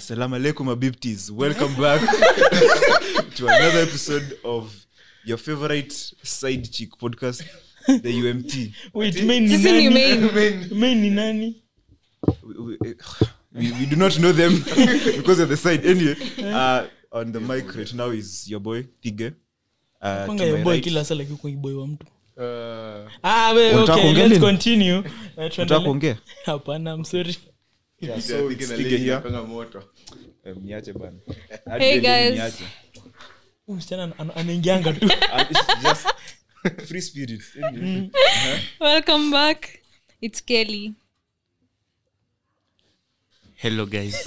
Salam alaikum, abibtis. Welcome back to another episode of your favorite side chick podcast, the UMT. Wait, main ni Sisi ni nani? main. Main ni nani? We, we- we- we do not know them because of the side. Anyway, uh, on the mic right now is your boy, Tige. Uh, Kwanga to ya my boy right- kila saa lakini kwa boy wa mtu. Uh, Ah, we, Unataka okay, kuongea let's nini? continue. Uh, Unataka tuendelee. kuongea? Hapana, I'm sorry. Yeah, so so it's na Tige lady here. inapanga moto Eh, Mniache bana. Hey, Adrian, guys. mniache. Huyu msichana ana- ana- anaingianga tu. And Uh, it's just free spirit. Anyway. Welcome back. It's Kelly. hello guys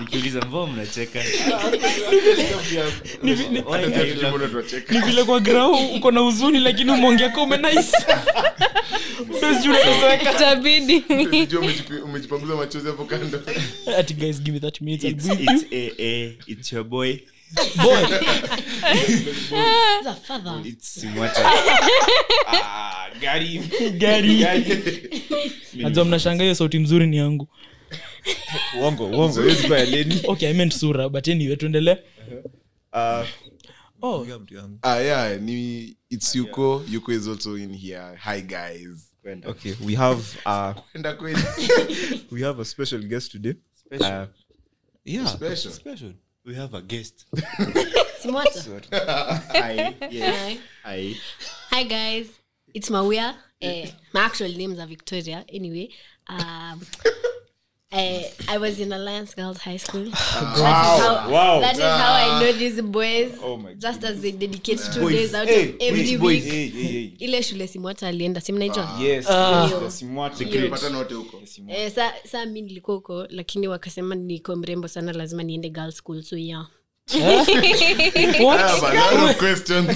nikiuliza mbo mnacheka Ni vile- Why are you Moto laughing? tunacheka. ni vile kwa grau uko na huzuni lakini umeongea ka umenice Ndio sijui unateseka. Itabidi. Unajua umejipi- umejipanguza machozi hapo kando Ati guys give me 30 minutes I'll It's- be with it's AA, it's your boy you. Boy, it's Mwata. Ah, gari gari. Najua mnashangaa hiyo sauti mzuri ni yangu. Uongo, uongo. Hiyo ilikuwa ya Lenny. Okay, I meant sura but anyway tuendelee. Uh, Oh, ongea mtu yangu. ah, yeah, ni it's yuko yuko is also in here hi guys Okay, we have uh, enda kweli we have a special guest today. Special. Uh, yeah, Special. special. we have a guest Simwata. Hi, yes, Hi. hi. Hi guys. It's Mawia. Eh, my actual names are Victoria. Anyway, um, eh, I was in Alliance Girls High School. Wow. Wow. That is how I know these boys. Oh my just as they dedicate two Boys. days out Hey, of every which boys? week. Hey, hey, hey. Ile shule Simwata alienda, si mnaijua? Yes, Ah. yes, yes, Simwati. Tulipatana wote huko Eh, sa, sa mi nilikuwa huko lakini wakasema niko mrembo sana lazima niende girls school so yeah. what? I have a lot of questions.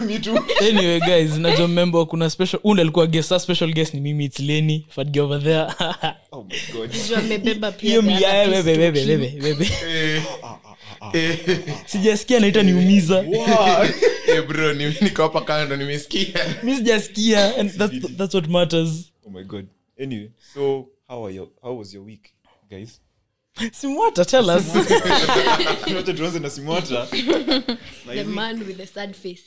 Me too. anyway guys najua mmemba kuna special und alikuwa guest sa special guest ni mimi its leni fat girl over there Oh my god. Juu amebeba pia hiyo the other miae piece bebe to bebe him. bebe bebe Eh, eh, sijasikia naita niumiza Wow. eh, bro ni- niko hapa kando nimesikia mi sijasikia and that's, that's what matters Oh my god. Anyway, so how are your how was your week, guys? simwata tell us Wacha tuanze na Simwata. The man with the sad face.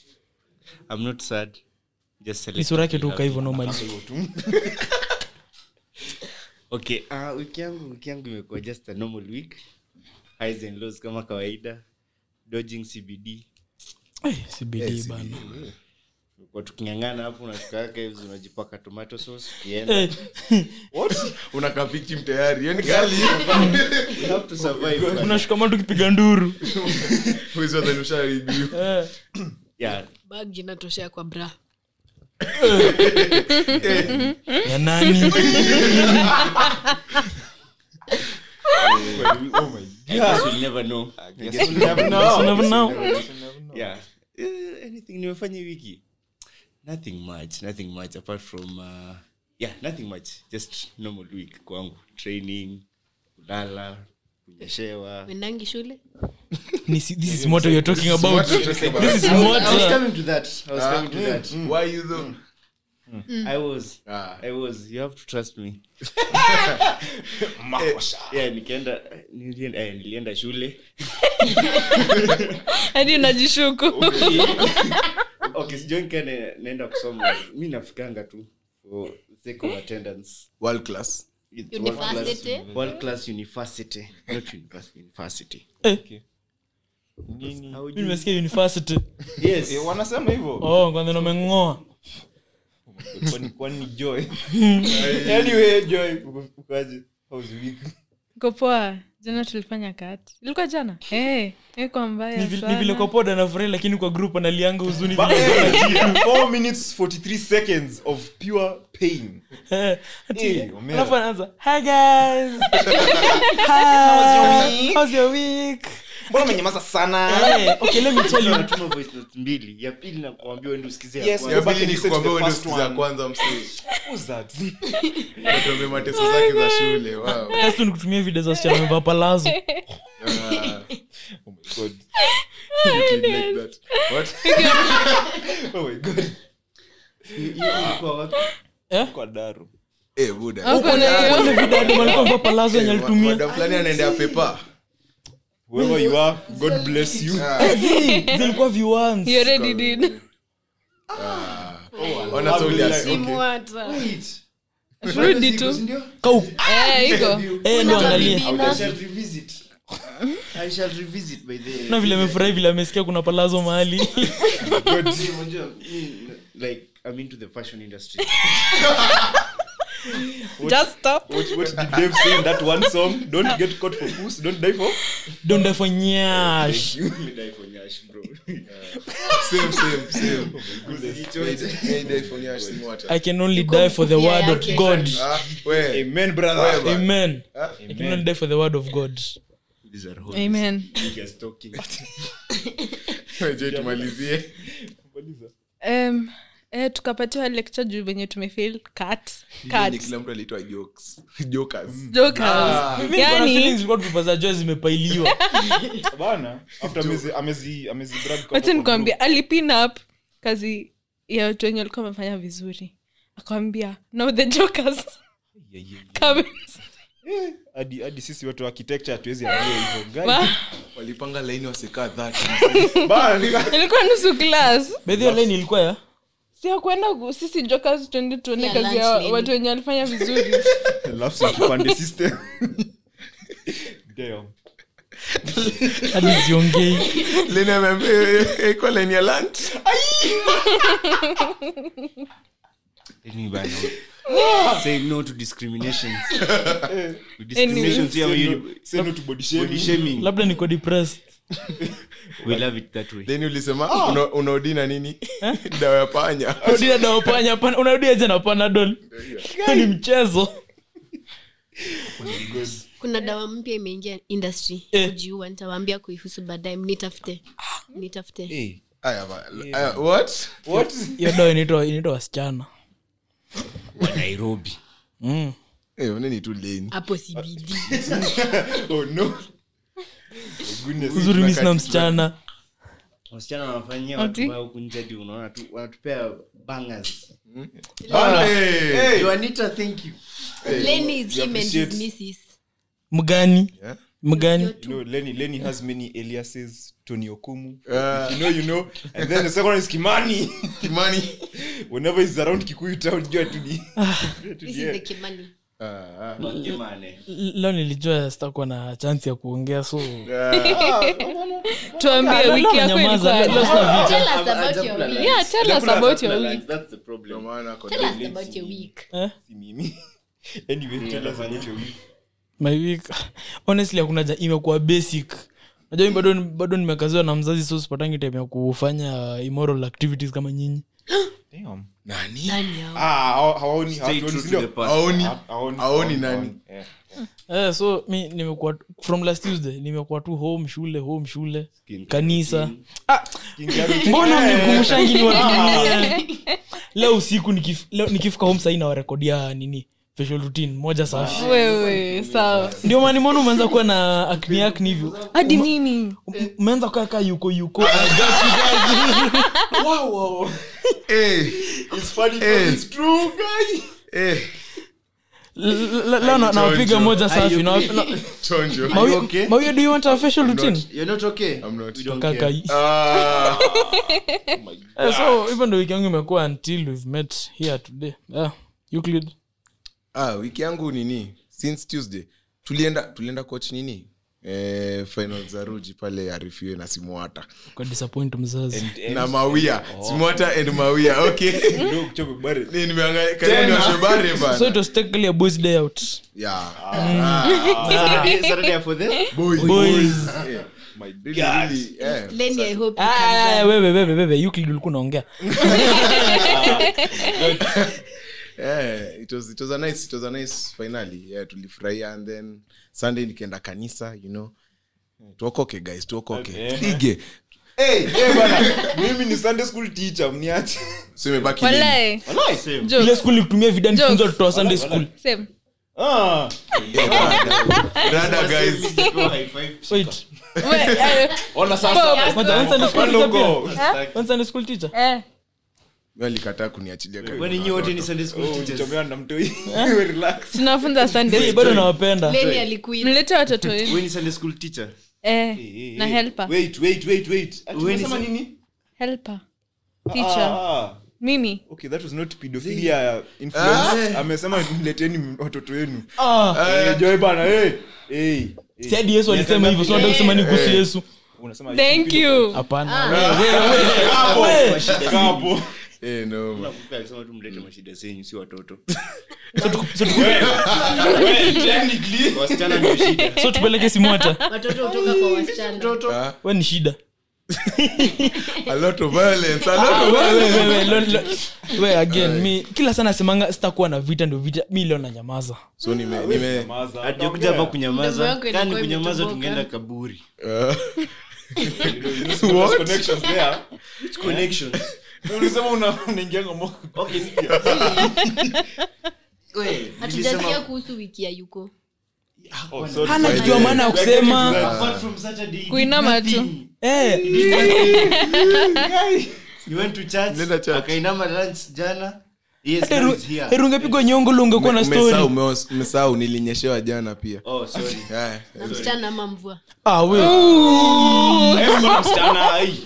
i'm not sad just ni selected. sura yake tu ukaivo normally okay ah, wiki yangu wiki yangu imekuwa just a normal week highs and lows kama kawaida dodging cbd Eh, sibidi bana kwa tukingangana hapo unashuka yake unajipaka tomato sauce ukienda Eh, unakaa victim tayari yani gali you have to survive man. unashukamana tukipiga nduru Huwezi wadhani ushaharibiwa. Eh, yeah bag inatoshea kwa bra ya nani Oh my I guess we'll never know. guess we'll never know. You never know. Yeah. Eh, anything nimefanya hii wiki nothing much nothing much apart from uh, yeah nothing much just normal week kwangu training kulala kunyeshewa wendangi Eh, shule Ni si- this is what you're talking about What to say about this it? is I was, I was what coming to that. I was coming to that. Why you though? I was. Ah. I was. You have to trust me. Eh, Makosa. Yeah, nikaenda nilienda, eh, nilienda shule. Hadi unajishuku. Okay, sijui nikaenda naenda kusoma. Mi nafikanga tu for sake of attendance. World class. It's University. World class, world class university. Not university, university. Nini? How do Mi you- nimesikia university Yes. Eh, wanasema hivyo. oh kwanza nomeng'oa Kwani- Kwani joy. Anyway, joy. uko- Ukoaje? How was your week? Uko poa. Jana tulifanya kati. Ilikuwa jana? Eh, ilikuwa Ni mbaya vil- ni sana. vile kwa pod anafurahi lakini kwa group analianga huzuni Ba- vile- Hey, four minutes 43 seconds of pure pain Eh, ati- Eh, Omera. alafu anaanza, "Hi guys." Hi, how's your week? mbona menyamaza sana Eh, okay, let me tell you. Natuma voice note mbili ya pili nakuambia uende usikize ya Yes, kwanza. Ya Back pili in ni the set, kukwambia the uende first usikize ya one. kwanza msee. Who's that? Tuambie mateso zake za shule. Wow. Sasa nikutumia video za wasichana wamevaa palazo. Ah, Oh my god. you did like that. What? Oh my god. Hiyo ilikuwa wapi? Eh? Kwa Daru. Eh, buda. Uko na hiyo? Wale vidadi walikuwa wamevaa palazzo wenye Eh, wa- walitumia wadau fulani anaendea pepa whoever you are god bless you Zi- zilikuwa viwans You already did. Simwata. Rudi tu. kau Eh, iko. eh, ndo angalia na vile amefurahi vile amesikia kuna palazo mahali Just stop. what, what did Dave say in that one song? Don't get caught for puss, don't die for. donda for nyash Same, same, same. May die for nyash, simwata. i can only die for the word of yake. god Ah, we. Amen, brother. Amen. amen Ah, i can only die for the word of god Amen. weje tumalizie. Um, eh, tukapatiwa lecture juu venye tumefail cut Ni cut kila mtu aliitwa jokes. Mm. Jokers. jokers Yaani- Mimi niko na feelings yani zilikuwa tulipa za joy zimepailiwa Bana, after amezi- amezi- amezi brag kwa wacha kwa nikwambia group. alipin up kazi ya watu wenye walikuwa wamefanya vizuri akawambia no the jokers Come." Hadi- hadi sisi watu wa architecture hatuwezi ambia hivyo. Guys, Wa- walipanga laini wasekaa dhati bana, nika- ilikuwa nusu class bedhi online ilikuwa ya sio kwenda ku- sisi jokers tuende tuone Yeah, kazi ya lunch watu wenye walifanya vizuri Laughs at kipande system. Damn. hadi ziongei leni ameambia iko laini ya lunch Ah! Say no to discrimination. Anyway. discrimination yeah, Say we, no- say no to body shaming. body shaming. labda niko depressed we love it that way. leni ulisema una- unaodina nini dawa ya panya unarudia dawa panya pana unarudia aje na panadol ni mchezo kuna dawa mpya imeingia industry Eh. kujiua nitawaambia kuihusu baadaye mnitafute nitafute Hey, Aya ba- aya, what hiyo dawa inaitwa inaitwa wasichana wa Nairobi. mm. Eh, oneni tu leni hapo sibidi Oh, no. Goodness. uzuri mi sina msichana Wasichana wanafanyia Ati? watu wao huku nje hadi unaona tu wanatupea bangers. Ah, Eh, You Anita, thank you. Lenny is him and his appreciate- missus mgani mgani You know, Lenny, Lenny has many aliases. Tony Okumu. ah, You know, you know. And then the second one is Kimani. kimani Whenever he's around Kikuyu town, jua tu ni- tu ni this yeye. is the kimani Ah, Kimane. leo nilijua sitakuwa na chansi ya kuongea so tuambie Leo wiki yako nanyamaza, leo- leo sina vitu. ilikuwa tell us about your week yeah tell us about your week That's the ndio problem. maana ako- tell us about your week Eh? Si mimi. Anyway, tell us about your week. my week honestly hakuna ja- imekuwa basic najua mi bado bado nimekaziwa na mzazi so sipatangi time ya kufanya immoral activities kama nyinyi nani Nani hao? Ah, hawa- hawaoni- Stay hatuoni, true to sindio? the past. aoni Ha- hawaoni- Haoni hawaoni- nani? hawaoni. eh, so mi nimekuwa from last tuesday nimekuwa tu home shule home shule kanisa ah, Yeah. mbona mnikumbushangi ni wa- leo usiku nikif- leo nikifika home sahii nawarekodia nini facial routine moja safi wewe sawa ndio maana nimeona umeanza kuwa na akni akni hivyo hadi nini Um- umeanza kukaa kaa yuko yuko Eh, It's funny, but Eh. it's true, guy. eh, L- l- leo na- nawapiga moja safi na- na- chonjo Mawi- okay? Mawi, do you want a facial routine? You're not okay? I'm not. We don't Kaka, care. hii- Ah, Eh, so hivyo ndo wiki yangu imekuwa until we've met here today yeah. Euclid. ah, wiki yangu nini since tuesday tulienda tulienda coach nini eh, final za ruji pale arifue na simuata Kwa disappoint mzazi na mawia simuata and mawia okay Ndio, kuchoka kubare. Ni- nimeangalia karibu na shebare bana so it was technically a boys day out yeah ah, Saturday- Saturday for them? boy, Boys. Yeah. Really, really, yeah. Lenny, I hope you Ah, come ah, ah, back. wewe wewe wewe Euclid ulikuwa unaongea Yeah, it was it was a nice it was a nice finally yeah tulifurahia and then sunday nikaenda kanisa you know tuokoke guys tuokoke Okay. tige Eh, eh, bana. Mimi ni Sunday school teacher, mniache. so imebaki nini? walae Same. Jokes. ile skuli kutumia vidani Jokes. funza watoto wa sunday school Same. Ah, Eh, brother. Brother, guys High five. wait We- eh, ona sasa. Bob. kwanza one sunday school Wanda teacher pia? uko. One sunday school teacher Eh, mi alikataa kuniachilia karibu kwani na nyi wote ni watoto. sunday Oh, school teachers? tunafunza Hey, bado nawapenda Lenny alikuwa mlete watoto wenu Wewe ni sunday school teacher eh, Eh, na eh, helper wait, wait, wait, wait. Ati Wewe ni unasema sun- nini? helper teacher Ah, mimi Okay, that was not pedophilia influence. Ah. amesema nileteni watoto wenu Ah, Eh, Joy bana hey, hey, hey. si hadi yesu alisema hivyo so nataka kusema ni kuhusu yesu Unasema thank you hapana wewe, Ah. wewe, wewe. Kapo. Eh, no, man. mpe alisema tu mlete mashida zenyu si watoto So tuku- so tuku- wasichana ndio shida so tupeleke simu hata watoto kutoka kwa wasichana we ni shida A lot of violence, a lot of- Wewe, wewe, lo- lo- wewe, again mi kila sana asemanga sitakuwa na vita ndio vita mi leo nanyamaza So nime- nime- Maza, hatujakuja hapa Mdomo kunyamaza wako kani ilikuwa kunyamaza imetoboka. tungeenda kaburi Ah. What? Connections there. connections Ulisema una- unaingianga mwaka. okay wewe hatujasikia kuhusu wiki ya yuko Oh, sorry. hana kitu ya maana ya kusema apart from saturday you Kuinama did tu. nothing. Eh, you went to church Nenda church. akainama lunch jana yes hata now eru- it's here erunge pigwa nyongo lungekuwa na Umesahau, story umeos- umesahau nilinyeshewa jana pia oh sorry Eh, na msichana ama mvua Ah, wewe. msichana ai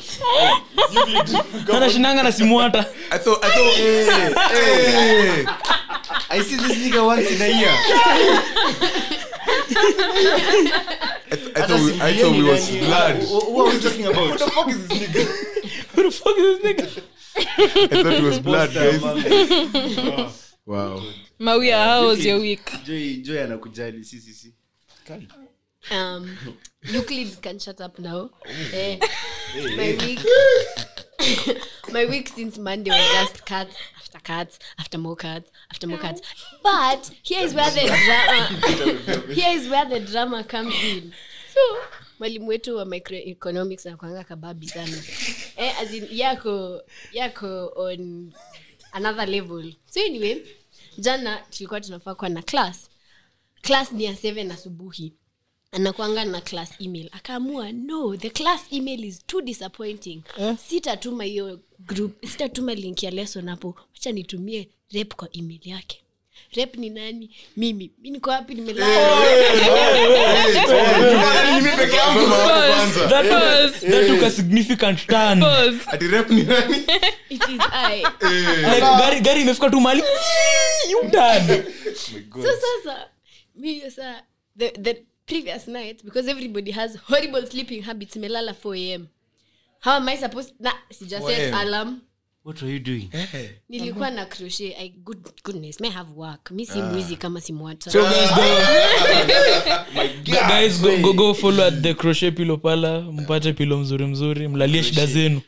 anashindanga na simu hata I thought- I thought- eh, eh. i see this nigga once in a year I th- I thought we- I thought we was glad. what are we talking about Who the fuck is this nigga? I thought we was glad, guys. Wow. mawia hows your week joy anakujali si si si um, Euclid can shut up now. Eh, my week, my week since Monday was just cuts after cuts after more cuts after more cuts. But here is where the drama, here is where the drama comes in. So mwalimu wetu wa microeconomics anakuanga kababi sana eh, as in, yako yako on another level so anyway jana tulikuwa tunafaa kuwa na class class ni ya 7 asubuhi anakwanga na class email akaamua no the class email is too disappointing eh? sitatuma hiyo group sitatuma link ya lesson hapo wacha nitumie rep kwa email yake rep ni nani mimi mi niko wapi nimelala Mama wako kwanza. That took a- Pause. that took a significant turn. Pause. Ati rep ni nani? It is I. Like, gari- gari imefika tu mali so sasa mi hiyo saa the, the previous night because everybody has horrible sleeping habits melala 4 am how am i supposed na sija 4 set a.m.. alarm what are you doing nilikuwa na crochet I, good, goodness may have work mi si mwizi kama si mwata guys go, go, go follow at the crochet pillow pala mpate pilo mzuri mzuri mlalie shida zenu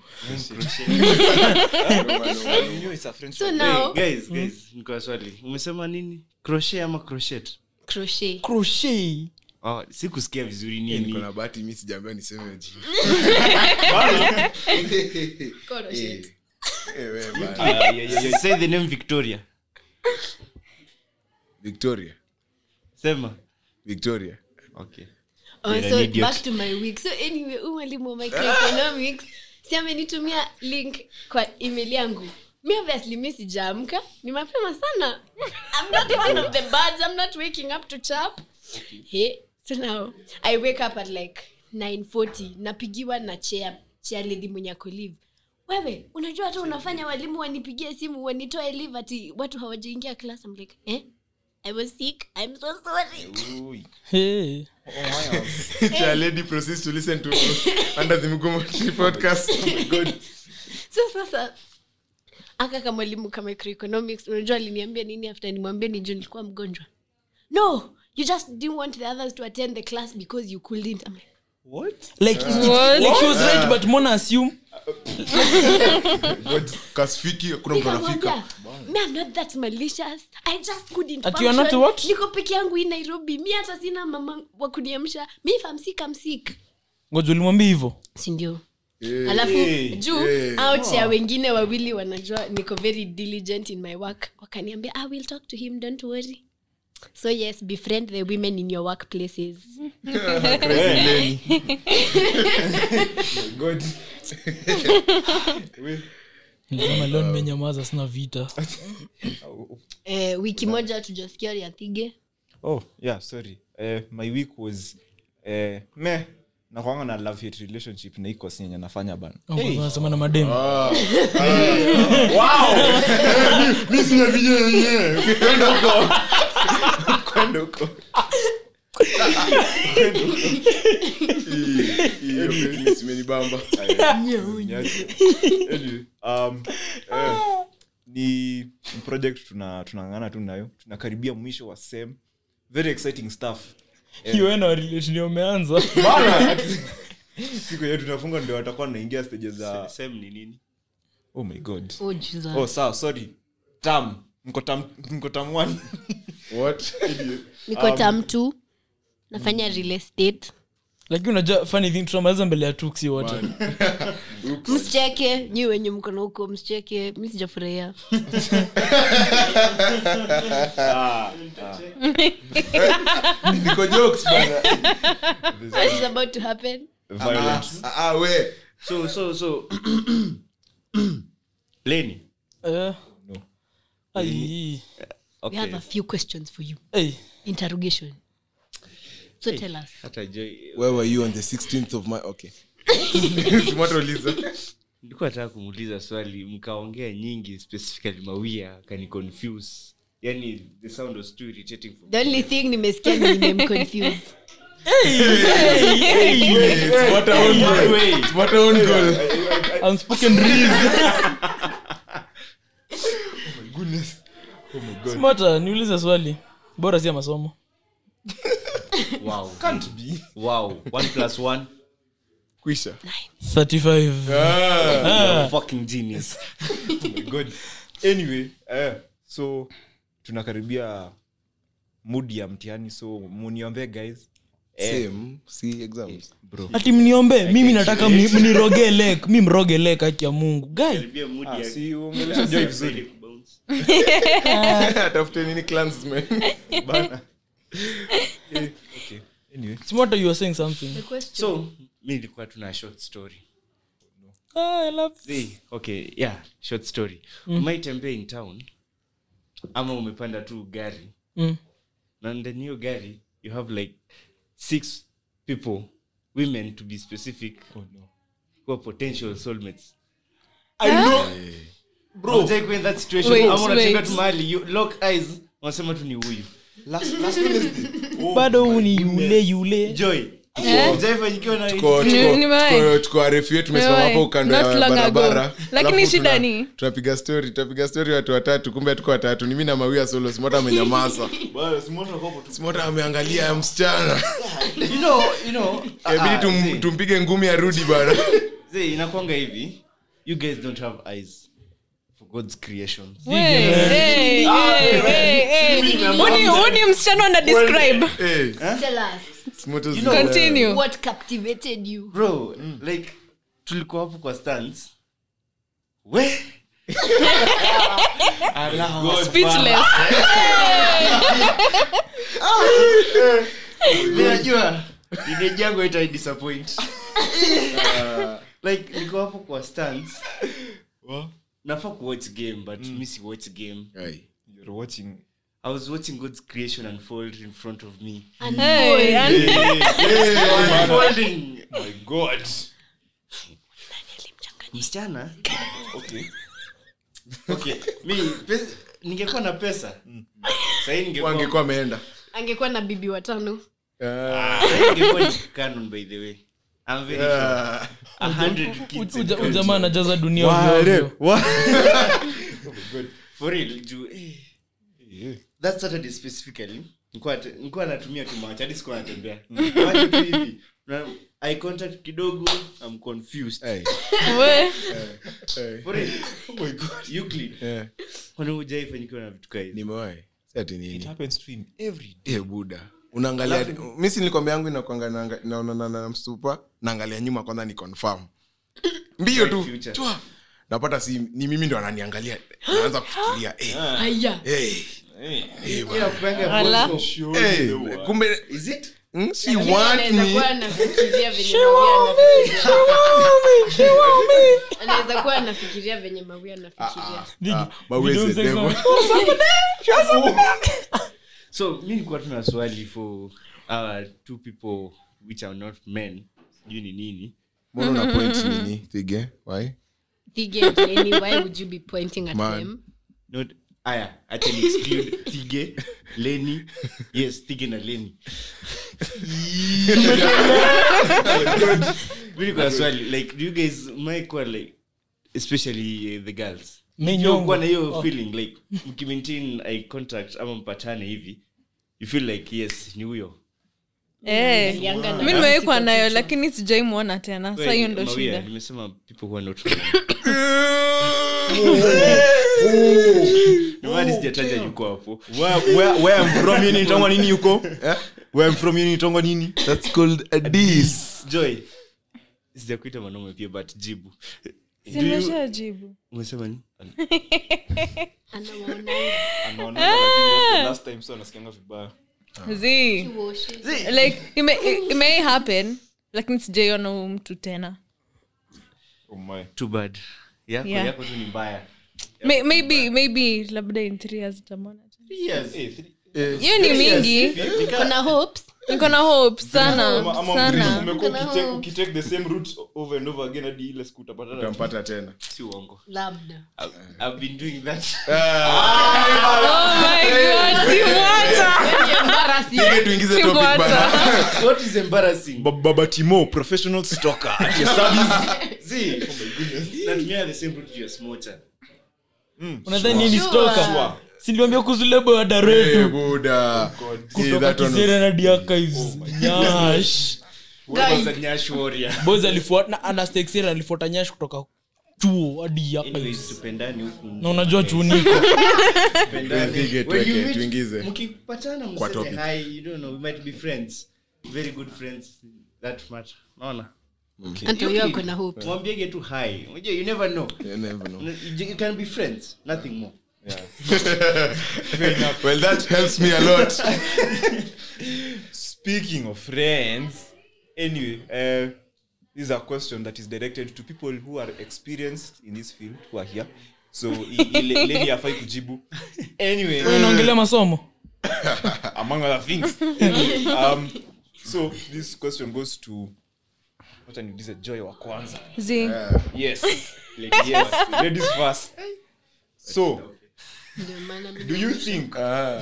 so now guys guys niko na swali umesema nini crochet ama crochet crochet crochet oh sikusikia vizuri Niko nini Ah, na bahati mi sijaambiwa niseme jina. crochet Eh, wewe bana. Ah, yeah, yeah, yeah. say the name victoria Victoria. sema Victoria. okay Oh, You're an so idiot. back to my week so anyway huu mwalimu wa microeconomics si amenitumia link kwa email yangu mi obviously mi sijaamka ni mapema sana i'm not even of the birds i'm not waking up to chap hey, so now i wake up at like 940 napigiwa na chair chair lady mwenye ako leave wewe unajua hata unafanya walimu wanipigie simu wanitoe leave ati watu hawajaingia class i'm like eh i was sick i'm so sorry hey. Cha lady proceeds to listen to Under the Mgumo Tree podcast. Oh my God. so sasa aka kama mwalimu ka microeconomics unajua aliniambia nini after nimwambie ni juu nilikuwa mgonjwa no you just didn't want the others to attend the class because you couldn't I'm like, like, it- What? like he was right but mona assume God, kasfiki kuna mtu anafika nikamwambia me I'm not that malicious i just couldn't Ati you're not function. what? niko peke yangu hii nairobi mi hata sina mama wa kuniamsha mi if I'm sick, I'm sick. ngoja ulimwambia hivyo sindio alafu juu eh. out ya wengine wawili wanajua niko very diligent in my work wakaniambia i will talk to him don't worry so yes befriend the women in your workplaces Nilisema leo nimenyamaza sina vita eh, wiki moja tujasikia riathige oh yeah sorry Eh, my week was eh, me nakwanga na love hate relationship na iko sinye nafanya bana Oh Au kwa sababu nasema na mademu Nyache. Anyway, um, eh, ni ni project tuna- tunang'ang'ana tu nayo tunakaribia mwisho wa sem very exciting stuff Hiyo wewe na relation yako umeanza Bana! siku yetu tunafunga ndio watakuwa naingia stage za Same ni nini oh my god oh, Jesus. oh sawa sorry tam mko tam mko tam one niko tam tu nafanya real estate lakini unajua funny thing tunamaliza mbele ya tuksi wote msicheke nyi wenye mkono huko msicheke mi sijafurahia What is about to happen violence so so so leni Eh. Ai. we have a few questions for you Ai. interrogation so tell us hata joy where were you on the 16th of my okay nilikuwa nataka kumuuliza swali mkaongea nyingi specifically mawia akani confuse yani the sound was too irritating for me. the only thing nimesikia ni nimemconfuse Unspoken reason. Oh Smarter, uh, niulize swali bora si ya masomo wow wow one plus one kwisha 35 Ah. you're a fucking genius good anyway eh, so tunakaribia mood ya mtihani so muniombee guys same si exams ati mniombe mimi nataka mni- mniroge lek mi mroge lek haki ya mungu gai Karibia mood Ah, ya- si uongelesha Joy vizuri Bounce. tafute nini clansman bana Eh, okay. anyway smota you are saying something so mi ilikuwa tuna short story ah, I love this. See, okay yeah short story umaitembea in town ama umepanda tu gari Mm. na ndani hiyo gari you have like six people women to be specific oh, no. who are potential soulmates Hujai kuwa in Eh. that situation Wait, ama unatembea wait. tu mahali you lock eyes unasema tu ni huyu Oh bado huu ni yule yule joy ujaifanyikiwa na Ni- nimewahi. tuko arefu yetu tumesimama Nimewahi. hapo kando ya Not long ago. barabara Lakini Alafu shida tuna- ni- tunapiga story tunapiga story watu watatu kumbe tuko watatu ni mimi na mawia solo simota amenyamaza simota ameangalia ya msichana Eh, you know you know kabidi ah, tum, see. tumpige ngumi arudi bana See, inakwanga hivi you guys don't have eyes for god's creations Hey, hey, hey, hey, hey. Huni- huni msichana ana describe hey, tell us Simoto zi- continue what captivated you bro like tulikuwa hapo kwa stands we Allah, speechless mimi najua imeji yangu ita disappoint Uh, like niko hapo kwa stands nafaa kuwatch game but mi si watch game Ai. you're watching i was watching god's creation unfold in front of me and Hey, boy, and- unfolding my god msichana okay okay mi pes- ningekuwa na pesa sahii ningekuwa wangekuwa ameenda Ah. angekuwa na bibi watano sahii ningekuwa ni canon by the way i'm very sure. Ah. A hundred kids in Uja- college. ujamaa anajaza dunia ovyo ovyo. for real juu eh, that saturday specifically nilikuwa at- nilikuwa natumia tu macho hadi sikuwa natembea Macho tu hivi na eye contact kidogo i'm confused Ai. we- Ai. for real oh my god euclid Eh, kwani hujaifanyikiwa na vitu kaa hivi nimewahi Si ati it nini happens to him every e buda unaangalia mi si nilikwambia yangu inakwanga naanga- naonana na msupa naangalia nyuma kwanza ni confirm mbio tu Future. chwa napata si ni mimi ndo ananiangalia naanza kufikiria Ah. eh, aya eh, eh, bwana. Kuna kupanga Ala. voice of- Eh, kumbe is it Hmm? She Yaani Pengine want anaweza kuwa me. anafikiria venye Mawia anafikiria. Anaweza kuwa anafikiria venye Mawia anafikiria. Ah, but where's Video the sex devil? wa- so mi nikuwa tuna swali for our two people which are not men sijui ni nini Mbona una point nini? Thige? Why? Thige and Lenny, why would you be pointing at Man. them? not aya acha ni exclude thige leni yes thige na leni mi nikuwa swali like do you guys mikuwa like especially uh, the girls Mi Yo, nyongo. kuwa na hiyo feeling like mkimaintain eye contact ama mpatane hivi you feel like yes ni huyo Eh, Alianga na mi nimewekwa Mexico nayo picture. lakini sijaimwona tena sa hiyo ndo Mawia, shida nimesema people who are not men. Ndio maana sijataja yuko hapo Where- where- where I'm from, hii ni nitongo nini yuko Eh? Where I'm from, hii ni nitongo nini That's called a diss. joy sijakuita manome pia but jibu Do you- simeshajibu umesema ni Anawaona Anaona lakini last time so anasikianga vibaya Ah. z kiwoshi. like ime, ime happen lakini sijaiona huu mtu tena oh my too bad yako Yeah. yako tu ni mbaya May, maybe maybe labda in three years utamwona tena. Eh, three- hiyo ni mingi Kuna hopes. niko na hope sana ama- ama Um, sana umekuwa ukitake- ukitake the same route over and over again hadi ile siku utapata na- Utampata tena. si uongo Labda. I've, I've been doing that oh my god simwacha Thige, tuingize Simwacha. topic bana. what is embarrassing Ba- baba timo professional stalker at your service see natumia the same route you are smarter unadhani nini Sure. stoka siliwambia kuzulebo ya Hey, daretu Buddha. Oh, See, kutoka Eh, that one was- Oh kisera na diakais nyash Wewe was a nyash warrior boys alifuata anastexera alifuata nyash kutoka chuo hadi Anyways, yakais tupendane huku na unajua chuoniko Tupendane. Tuingie, When you tuweke, meet, tuingize. mkipatana Kwa mseme topic. hi you don't know we might be friends very good friends that much naona Hata huyo ako na hopes. mwambiege tu hi unajua you never know You never know. you, you can be friends nothing more Well, that helps me a lot. speaking of friends anyway uh, this is a question that is directed to people who are experienced in this field who are here so i- ile- lady hafai kujibu anyway unaongelea masomo among other things Anyway, um, so this question goes to wacha niulize joy wa kwanza z yes yes ladies first so Ndio maana mimi- do you think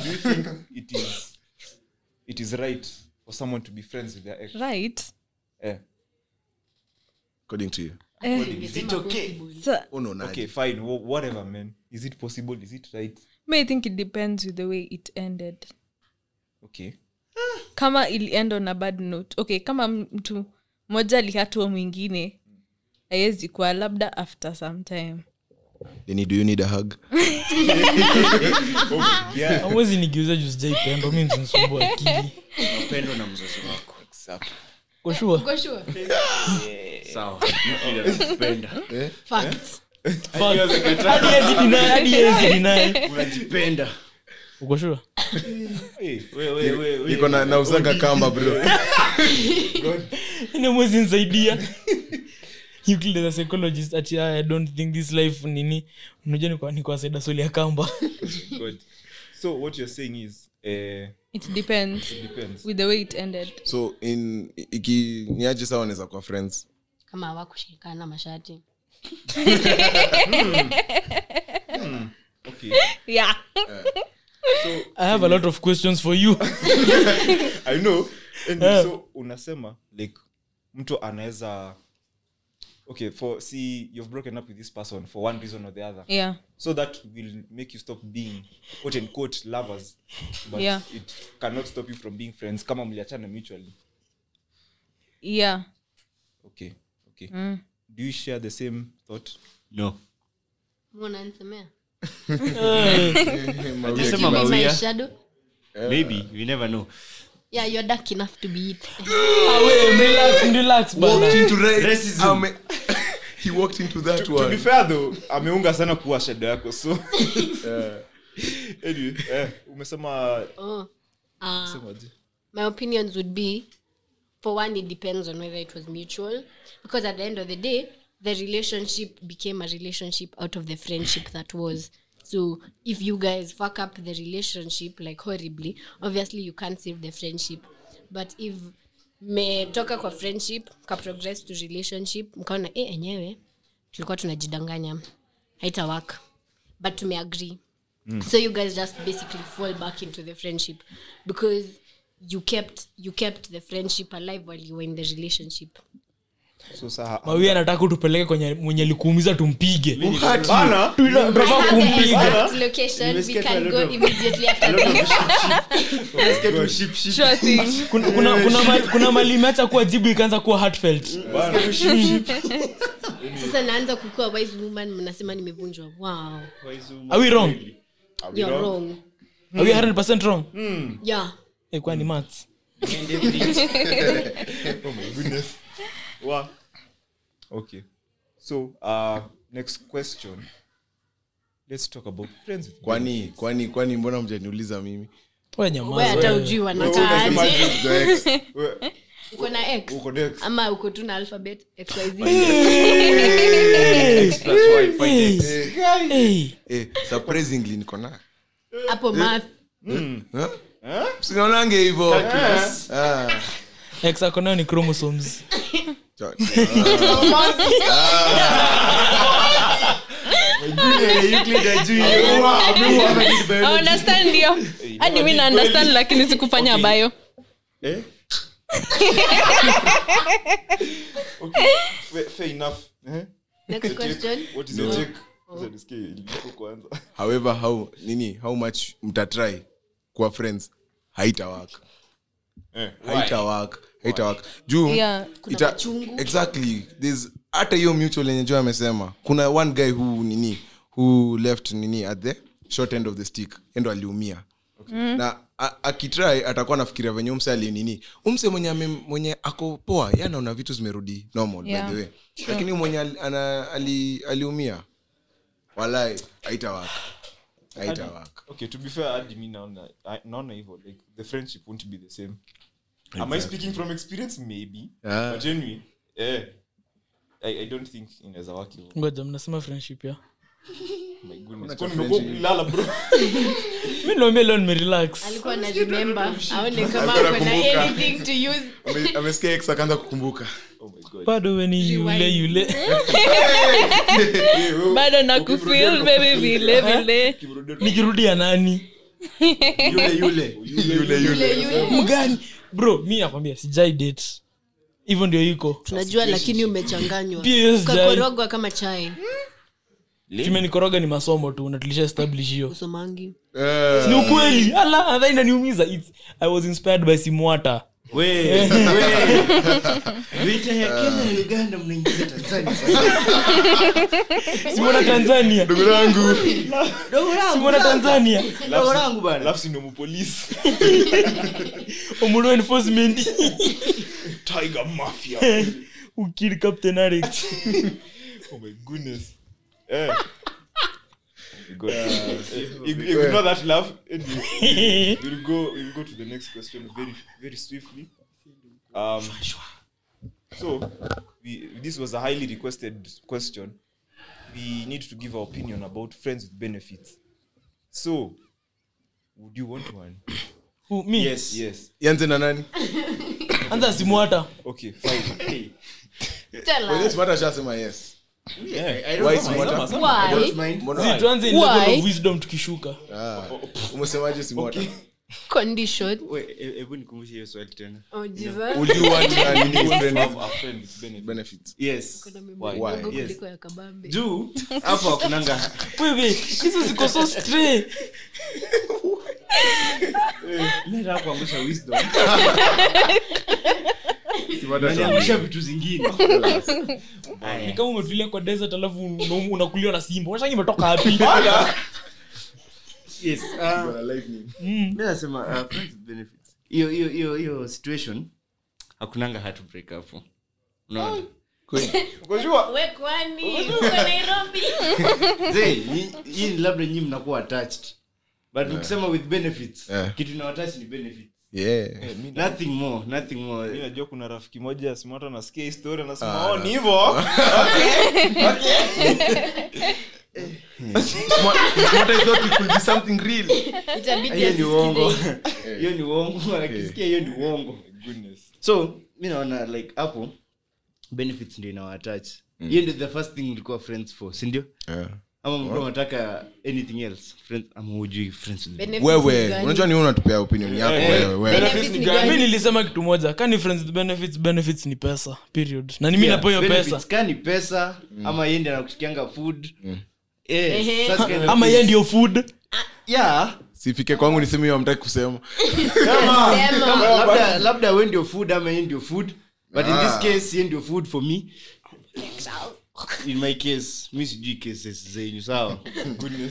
do you think it is it is right for someone to be friends with their ex right eh, According to you. eh, it's okay so, Uno nani? okay fine wha- whatever man is it possible is it right me i think it depends with the way it ended okay kama ilienda on a bad note okay kama mtu mmoja alihatua mwingine haiwezi kuwa labda after some time Lenny, do you need a hug? yeah awezi nigiuza juu sijaipendwa mi msinisumbua akili upendo na mzazi wako exactly. koshua Uko sure? sawa unajipenda Facts. unajipenda ukoshua Hey, we- we- we- we- Niko na nauzaga kamba bro. ine Yaani mwezi nsaidia Euclid as a psychologist ati "Ah, i don't think this life nini unajua nikwa- nikwasaida soli ya kamba Good. Oh, so what you're saying is eh, it depends it depends with the way it ended So in iki niaje sawa wanaweza kuwa friends. kama hawakushikana mashati okay yeah i have a lot of questions for you i know and Yeah. so unasema like mtu anaweza okay for see you've broken up with this person for one reason or the other yeah so that will make you stop being quote and quote lovers but Yeah. it cannot stop you from being friends kama mliachana mutually yeah okay okay mm. do you share the same thought no mwananisemea Sema Am I Mawia. shadow? maybe we never know Yeah, you're dark enough to be it. Ah, we, relax, relax, bana. Racism. he walked into that to be one. fair though ameunga sana kuwa shada yako so anyway, eh, umesema Oh. Ah, semaje my opinions would be for one it depends on whether it was mutual because at the end of the day the relationship became a relationship out of the friendship that was so if you guys fuck up the relationship like horribly obviously you can't save the friendship but if metoka kwa friendship ka progress to relationship mkaona e enyewe tulikuwa tunajidanganya haita work but tumeagree so you guys just basically fall back into the friendship because you kept you kept the friendship alive while you were in the relationship so saa- mawi anataka utupeleke kwenye mwenye alikuumiza tumpige Bana, tunataka I have the kumpiga exact location we Nimesikia can tu go a lot of- immediately after lot this unasikia tu ship, ship. Sure thing. kuna, kuna, kuna, ma- kuna mali imeacha kuwa jibu ikaanza kuwa heartfelt Bana, ship, ship. sasa naanza kukua wise woman mnasema nimevunjwa wow are we wrong you're wrong are we 100% wrong yeah eh kwani maths Oh my goodness. Wow. Okay. So, uh, next question. Let's talk about friends with kwani kwani kwani mbona mjaniuliza mimi wewe we hata nyamaza ujui Unasema wanakaaje aje? The ex. We- uko na x uko next. ama uko tu na alphabet xyz Hey, That's why I find it. hey. Eh, surprisingly niko na hapo math Huh? sinaonange hivo Eh? Ah. Eh. X ako nayo ni chromosomes Cha- I understand hiyo. hadi mi na understand lakini sikufanya bayo Okay. Fair- fair enough. Eh? next question What is your take? Sasa nisikie ilikuwa kwanza. however how nini how much mtatry kuwa friends haitawaka Eh, haitawaka haitawaka juu Yeah. Kuna ita- machungu. exactly there's hata hiyo mutual enye jo amesema kuna one guy who nini who left nini at the short end of the stick endo aliumia Mm-hmm. na a- akitry atakuwa nafikiria venye umse alinini umse mwenye, ame- mwenye ako poa ye anaona vitu zimerudi normal Yeah. by the way lakini mwenye al, ana, ali, aliumia walai haitawaka haitawaka Okay, to be fair, hadi mi naona I- naona hivyo like the friendship won't be the same. Am I speaking from experience? Maybe. Ah. But anyway, eh, I, I don't think inaweza work hivyo. ngoja mnasema friendship ya oh My Kuna goodness. cha Kwani friendship. umekuwa ukilala, bro? mi niwaambia leo nimerelax alikuwa na remember aone kama Alikuwa ako na anakumbuka. anything to use Ame- amesikia ex akaanza kukumbuka Oh my God. bado we ni yule Rewind. yule Eh, wewe, bado nakufil baby vile vile ukirudia tu- nikirudia nani yule yule yule yule yule yule mgani bro mi nakwambia sijai date hivyo ndio iko tunajua lakini umechanganywa Pia yes, ukakorogwa kama chai kimenikoroga ni masomo tu na tulisha establish hiyo usomangi Eh, ni ukweli ala nadhani inaniumiza It's- i was inspired by simwata We, we. Vita ya Kenya na Uganda mnaingiza Tanzania. simwata tanzania ndugu yangu Dogo langu, simwata tanzania dogo langu bana. Alafu si ndio mpolisi. omulo enforcement Tiger Mafia. ukili captain alex Oh my goodness. Eh. Oh my God. Eh, ig- Ignore that laugh. Anyway. we'll go we'll go to the next question very very swiftly um so we this was a highly requested question we need to give our opinion about friends with benefits so would you want one Who, me Yes. yes yanze na nani anza simwata okay fine Hey, tell Well, us yes, what ashasema yes I Why don't Simwata? know. I why don't mind. Mbona- si tuanze in Why? level of wisdom tukishuka Ah, umesemaje simwata condition We, he- hebu nikumbushe hiyo swali tena. oh jesus would you want a nini friend have a friend with benefits benefits Yes. Why? Ndogo Yes. kuliko ya kabambe Juu, hapo hakunanga. wewe hizo ziko so stray Nataka kuangusha wisdom. Simwata Naniangusha vitu zingine. Ni kama umetulia kwa desert alafu unaum- unakuliwa na simba unashangi imetoka wapi Yes. ah, Bwana lightning. mi nasema uh, friends with benefits hiyo hiyo hiyo hiyo situation hakunanga heartbreak hapo unaona we kwani Yaani, uko nairobi Zee, nyi- hii ni labda nyinyi mnakuwa attached but ukisema with benefits Yeah. kitu inawattach ni benefits yeah. mi na- nothing more nothing more mi najua kuna rafiki moja simata anasikia histori anasema Ah, oh ni hivo What I thought it could be something real. Itabidi hiyo ni asisikize. uongo hiyo ni uongo akisikia hiyo ni uongo so mi naona like hapo benefits ndio inawatach Mm. hiyo ndio the first thing ulikuwa friends for sindio Yeah. ama mlikuwa unataka anything else friends ama hujui friends with Benefits ni wewe gani? unajua ni wewe unatupea opinion yako wewe wewe Benefits ni mi gani? nilisema kitu moja kani friends with benefits benefits ni pesa period na ni mi Yeah, napewa hiyo benefits pesa ka ni pesa ama yeye ndiye anakushikianga food Eh, Ehe. such kind of ama things. ye ndio food Yeah. sifike kwangu niseme hiyo amtaki kusema Kama- Sema. kama labda- labda we ndio food ama ye ndio food but in this Ah. case ye ndio food for me in my case mi sijui cases zenyu sawa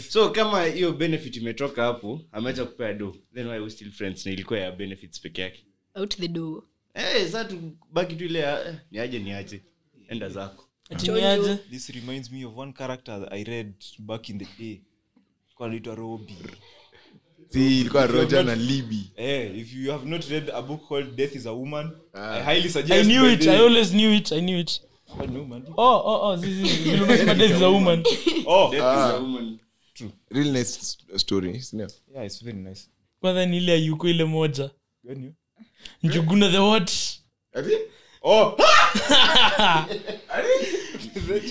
so kama hiyo benefit imetoka hapo ameacha kupea do then why we still friends na ilikuwa ya benefits peke yake Out the door. Eh, saa tubaki tu ile ya, eh, niaje niache enda zako Tiniaje? this reminds me of one character that i read back in the day Alikuwa anaitwa robi si ilikuwa roger na libi eh if you have not read a book called death is a woman Ah. i highly I suggest knew by it. the- I always knew it. I knew it. Oh, no, man. Oh, oh, oh. This is Lumosma Days is a woman. oh Death is a woman. real nice s- story sindio yeah it's very nice Kwanza ni ile ya yuko ile moja. Good news. Njuguna the what? oh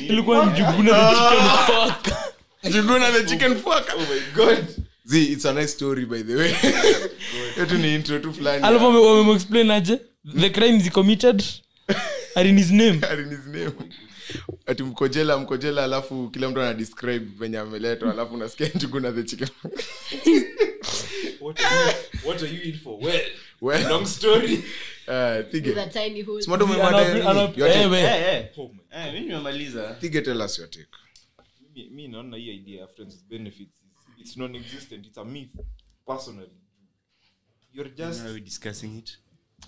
Ilikuwa njuguna the chicken Ah. fuck. juguna the chicken fuck oh my god zi it's a nice story by the way yetu ni intro tu fulani Alafu wame- wamem explain aje? The crimes he committed are in his name. Are in his name. ati mkojela mkojela alafu kila mtu ana describe venye ameletwa alafu unasikia juguna the chicken what are you, what are you in for well well long story ah, With a tige tiny hole. smart umemada Ana- ana- nini? Your take. Ewe. Eh, eh. oh my Eh, mi nimemaliza tige tell us your take mi mi naona hii idea ya friends with benefits is- it's non-existent it's a myth personally you're just Are we discussing it?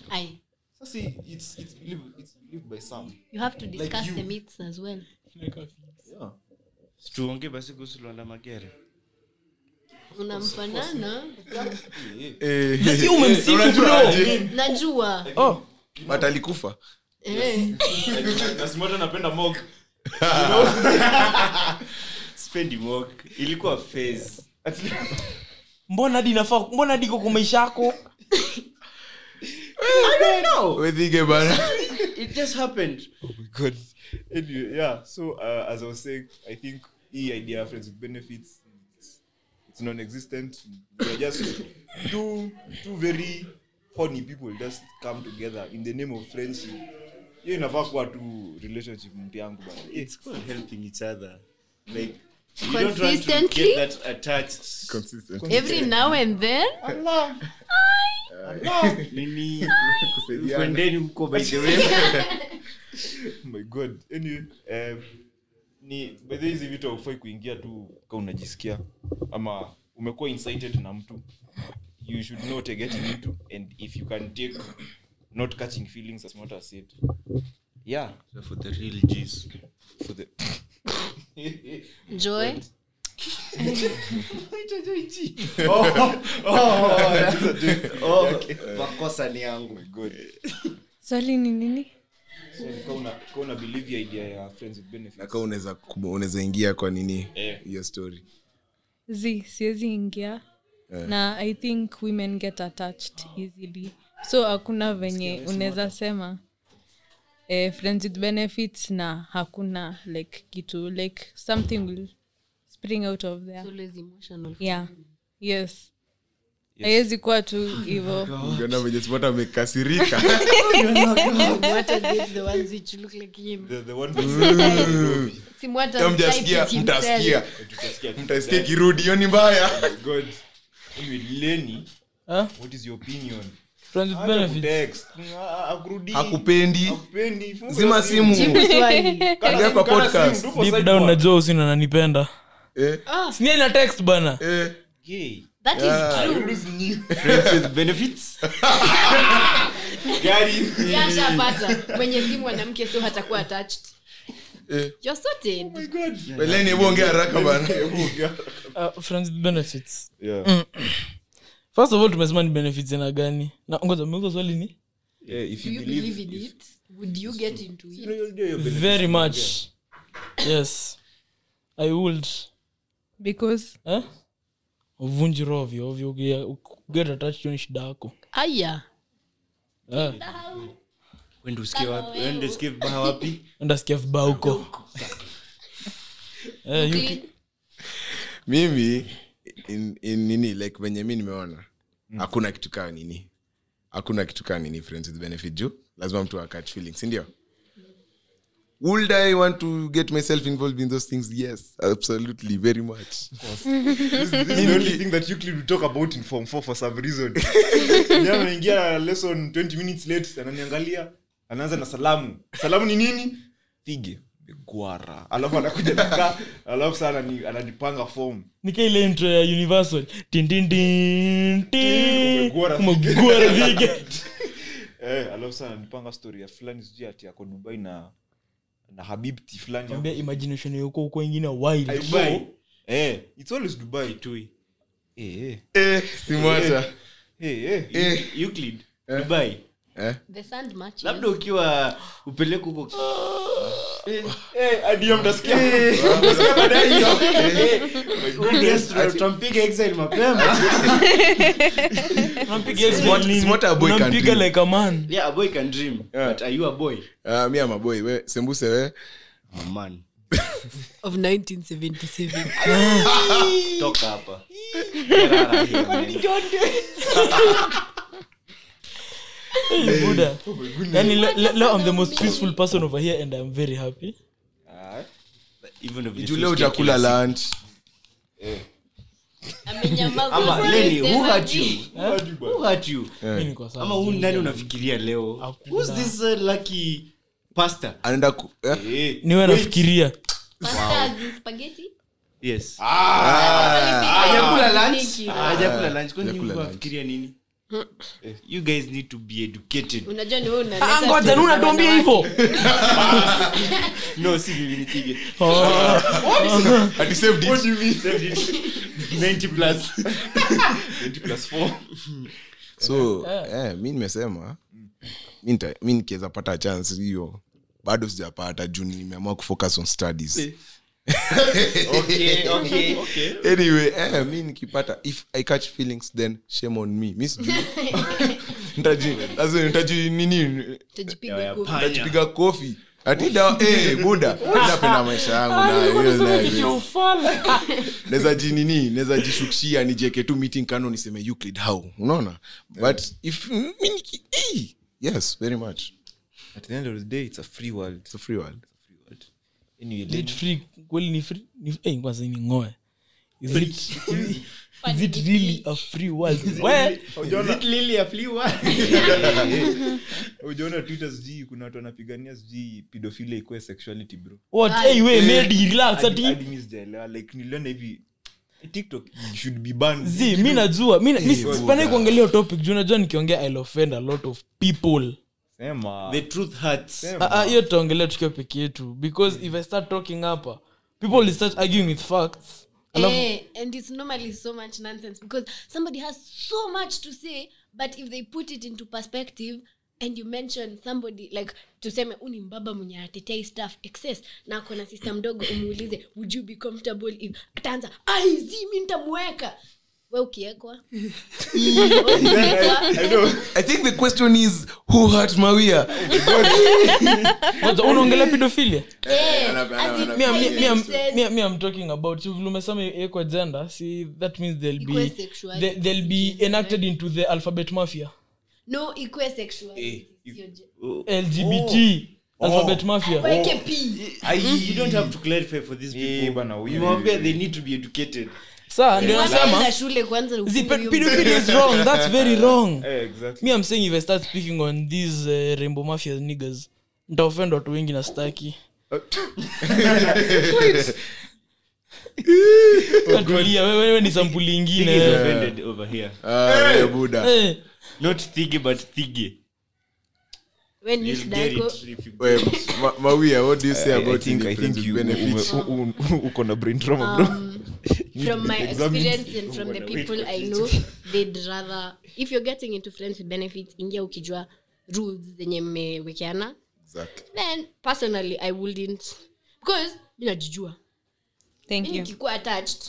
Aye. sasa it's it's believed it's believed by some You have to discuss you. the myths as well. yeah tuongee basi kuhusu lwanda magere Unamfanana. eh You umemsifu bro. unajua Najua. Oh, but alikufa Eh. nasimata napenda mok Spendi walk. ilikuwa phase. At least- mbona hadi nafaa mbona hadi iko kwa maisha yako? wethige bana it just happened Oh good anyway yeah so uh, as i was saying i think E hii idea ya friends with benefits it's, it's non-existent they're just two two very horny people just come together in the name of friendship hiyo inafaa kuwa tu relationship mtu yangu bana Eh, it's called helping each other like you don't want to Consistently? get that attached consistent Every now and then. nini Kusaidiana. kwendeni huko by the way oh my god anyway um, ni by the way, hizi vitu haufai kuingia tu ka unajisikia ama umekuwa incited na mtu you should not get into and if you can take not catching feelings as much as it yeah for the real G's. for the Joy. oh makosa ni yangu swali ni nini so ka una ka una believe ya idea ya friends with benefits naka unaweza kubu- unaweza ingia kwa nini Eh. hiyo story z siwezi ingia na i think women get attached easily so hakuna venye unaweza sema eh, friends with benefits na hakuna like kitu like something will spring out of there Always emotional. yeah yes haiwezi kuwa tu hivo Oh, ukiona venye simata amekasirika Mwata dates the ones which look like him. the, the one person Si Mwata's Ya type mjasikia is himself. mtasikia tutasikia tu. mtasikia kirudi hiyo ni mbaya god anyway leni Huh? what is your opinion Friends with benefits. Text. Ah, akurudii. akupendi Hakupendi. Funga zima simu Jibu swali. Kana Ingia kwa simu, kana podcast. simu, tupo Deep side down one. najua usina nanipenda. Eh, Sinia ina text bana. eh. Gay. That is true. friends with benefits Gari. Yashapata. Mwenye si mwanamke so hatakuwa attached. Eh. You're sorted. Beleni, hebu ongea haraka bana Uh, friends with benefits. Yeah. Mm. first of all tumesema ni benefits ina gani na ngoja umeuliza swali ni Yeah, if do you you believe- believe in it would you get into You it know, you'll do your benefits. very much yes i would because eh? uvunji roho ovyo ovyo uki- ukiget attached hiyo ni shida yako aya eh? Wende usikie wapi- wende usikie vibaya wapi enda sikia vibaa huko Eh, you- Clean. mimi in, in nini like venye mi nimeona hakuna kitu kaa nini hakuna kitu kaa nini friends with benefit juu lazima mtu akatch feelings sindio would i want to get myself involved in those things yes absolutely very much This is the only thing that Euclid would talk about in form four for some reason. Yeye ameingia lesson 20 minutes late, ananiangalia, anaanza na salamu. Salamu ni nini? Fige, gwara. Alafu anakuja nakaa, alafu sana ni- ananipanga form. nika ile intro ya universal Tin, tin, tin, tin. Umegwara vige. umegwara vige Eh, alafu sana ananipanga story ya fulani sijui ati ako Dubai na na Habibti fulani. ambia imagination yako huko wengine wild I know. Eh, it's always Dubai tui. Eh. eh. eh, simwata Eh, eh. eh, euclid dubai eh. the sand matches. labda ukiwa upeleke huko Eh, hadi hiyo mtasikia. Mtasikia baadaye hiyo. tutampiga exile mapema Unampiga yes, Smart- nini? smart a boy can Unampiga dream. like a man yeah a boy can dream Yeah. but are you a boy Ah, mi amaboi we sembuse we a man of 1977 toka hapa Rara hiyo, uh. man. Hey, Eh. Buddha. Yaani le- le- leo I'm the most peaceful person over here and I'm very happy. Hivyo ndio vile juu leo tunasikia utakula kila siku. lunch Amenyamaza, ama leni who hurt you Hadi bwana. who hurt you Mimi niko sawa. ama huu nani unafikiria leo Hakuna. who's this uh, lucky pastor anaenda ku eh? Eh. Niwe nafikiria. Pasta as in spaghetti? yes Only hajakula thing Ah, lunch you- hajakula lunch kwani Hajakula mlikuwa lunch. mnafikiria nini Eh, you guys need to be educated unajua ni wewe unaleta Ah, ngoja stories nuna za tuambie wanawake. hivyo. no si mimi nipige Oh, Ati saved it. what do you mean said it 90 plus 20 plus four. so eh, mi nimesema mi nita- mi nikiweza pata chance hiyo bado sijapata juu nimeamua kufocus on studies okay Eh, okay anyway eh, mi nikipata if i catch feelings then shame on me mi sijui Nitaji- lazima nitaji nini Utajipiga kofi. nitajipiga kofi ati dawa eh, buda napenda maisha yangu nayo hiyo nayo naweza ji nini naweza jishukishia nijeke tu meeting kano niseme euclid how unaona but if mi niki eh, yes very much At the end of the day, it's a free world. it's a free world Anyway, Is it free? Kweli ni free? Ni- eh, kwanza hii ni ngoe. Is it- is it really a free world? Well, Is it Lily a flea one? ujaona twitter sijui kuna watu wanapigania sijui pedophilia ikuwe sexuality bro what? Hey, we, Medi, relax, Hadi- ati. hadi mi sijaelewa like niliona hivi tiktok should be banned Zee, mi najua mi na- mi sipanai kuongelea hiyo topic juu najua nikiongea I'll offend a lot of people sema the truth hurts sema. Ah, ah, hiyo tutaongelea tukiwa peke yetu because if i start talking hapa people will start arguing with facts alafu Eh, and it's normally so much nonsense because somebody has so much to say but if they put it into perspective and you mention somebody like tuseme "Huyu ni mbaba mwenye atetei staff excess na ako na sister mdogo umuulize would you be comfortable if ataanza aizi mi ntamuweka we ukiekwa Eh, We ukiekwa. I think the question is who hurt Mawia? kwanza unaongelea pedophilia Eh, Ana- ana- as in, ana- me I'm- it me I'm- makes sense. me I'm- me I'm talking about so vile umesema iko gender see that means they'll be Equal sexuality. they, they'll be enacted into the alphabet mafia no ikuwe sexuality, sio je- lgbt alphabet mafia weke p I, you don't have to clarify for these Eh, people. bana, huyu- Nimewambia they need to be educated. saa ndio nasema Wanaanza shule kwanza see, ukumbi pe- huyo pedophilia is wrong that's very wrong Eh, exactly. me i'm saying if i start speaking on these uh, rainbow mafia niggas nitaofend watu wengi na staki Oh, tulia wewe wewe ni sampuli Thigi is ingine offended over here. Ah, yeah, Buddha. Eh, Not Thigi, but Thigi. We need You'll get dako. it if you- Well, Ma- Mawia, what do you say I- I about think- I the think friends with you- benefits? ume- u- u- uko na brain trauma bro from my experience and from the people I know, they'd rather if you're getting into friends with benefits ingia ukijua rules zenye mmewekeana exactly. then personally i wouldn't because mi najijua thank mi you nikikuwa attached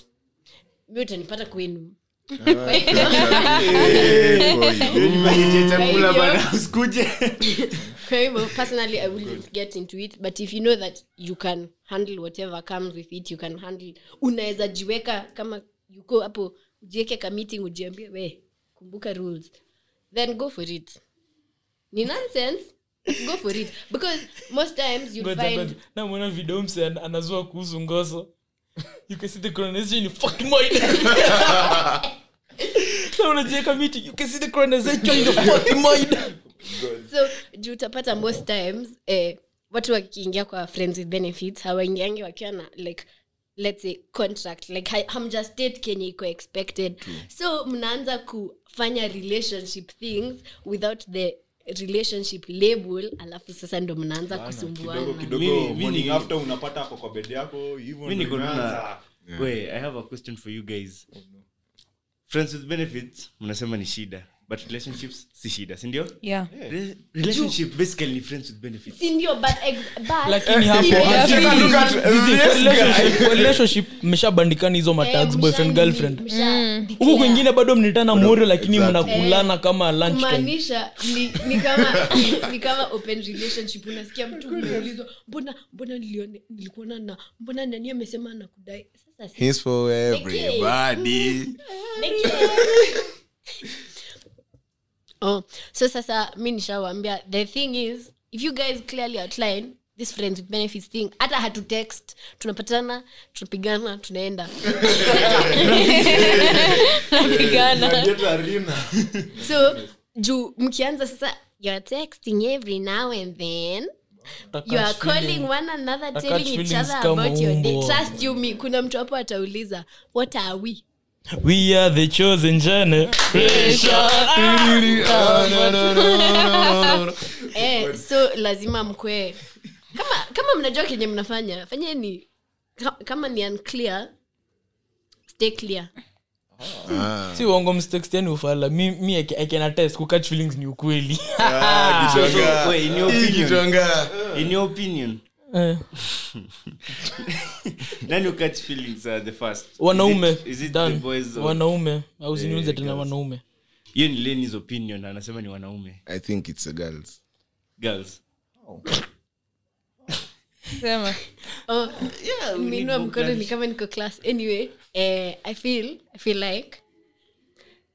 mi utanipata kwenu chakula Kwa bana hivyo- usikuje kwa hivyo personally i wouldn't get into it but if you know that you can handle whatever comes with it you can handle unaweza jiweka kama yuko hapo ujiweke ka meeting ujiambie we kumbuka rules then go for it ni nonsense go for it because most times you'll Ngoja, find ngoja. Na mwana video mse an- anazua kuhusu ngozo you can see the colonization in fucking mind Na unajiweka meeting you can see the colonization in the fucking mind so juu utapata most times eh, watu wakiingia kwa friends with benefits hawaingiangi wakiwa na like let's say contract like ha- hamjastate kenye iko expected so mnaanza kufanya relationship things without the relationship label alafu sasa ndo mnaanza kidogo kusumbuana kidogo Mimi- mimi morning ni- after unapata ako kwa bed yako hivyo mi ndo niko na inaanza. we i have a question for you guys friends with benefits mnasema ni shida but relationships si shida sindio yeah Re- relationship basically ni friends with benefits sindio but, ex- but lakini Eh, hapo Yeah, Azizi, yeah, Azizi, Azizi, yeah. kwa relationship- kwa relationship mmeshabandikana hizo matags Eh, boyfriend girlfriend huku kwingine bado mnitana morio lakini exactly. mnakulana kama lunch time kumaanisha ni, ni kama ni kama open relationship unasikia mtu umeulizwa mbona mbona nilione- nilikuona na mbona nani amesema nakudai sasa si- He's for everybody. oh, so sasa mi nishawaambia the thing is if you guys clearly outline this friends with benefits thing hata hatutext tunapatana tunapigana tunaenda napigana so juu mkianza sasa you are texting every now and then you are calling one another Attached telling each feelings other kama about your day umbwa. trust you me kuna mtu hapo atauliza what are we we are the chosen generation Ah, eh, so lazima mkwee kama kama mnajua kenye mnafanya fanyeni ka- kama ni unclear stay clear si uongo mstekstiani ufala mi, mi I ca- I can attest kukatch feelings ni ukweli So, Ah, so, wait, in your opinion, Kitwanga. in your opinion Eh, nani who catch feelings are the first Is wanaume it- is it the done. boys or- wanaume ausiniuze tena girls. wanaume hiyo ni lenis opinion anasema ni wanaume I think it's the girls. girls sema oh, minua mkono ni kama niko class anyway eh, i feel i feel like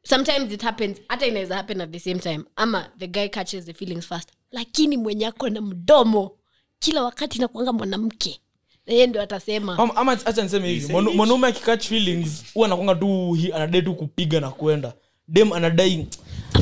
sometimes it happens hata inaweza happen at the same time ama the guy catches the feelings fast lakini mwenye ako na mdomo kila wakati nakuanga mwanamke naye ndo atasema ama ama acha niseme hivi mwana- mwanaume akikatch feelings huwa anakwanga tu hi- anadai tu kupiga na kwenda dem anadai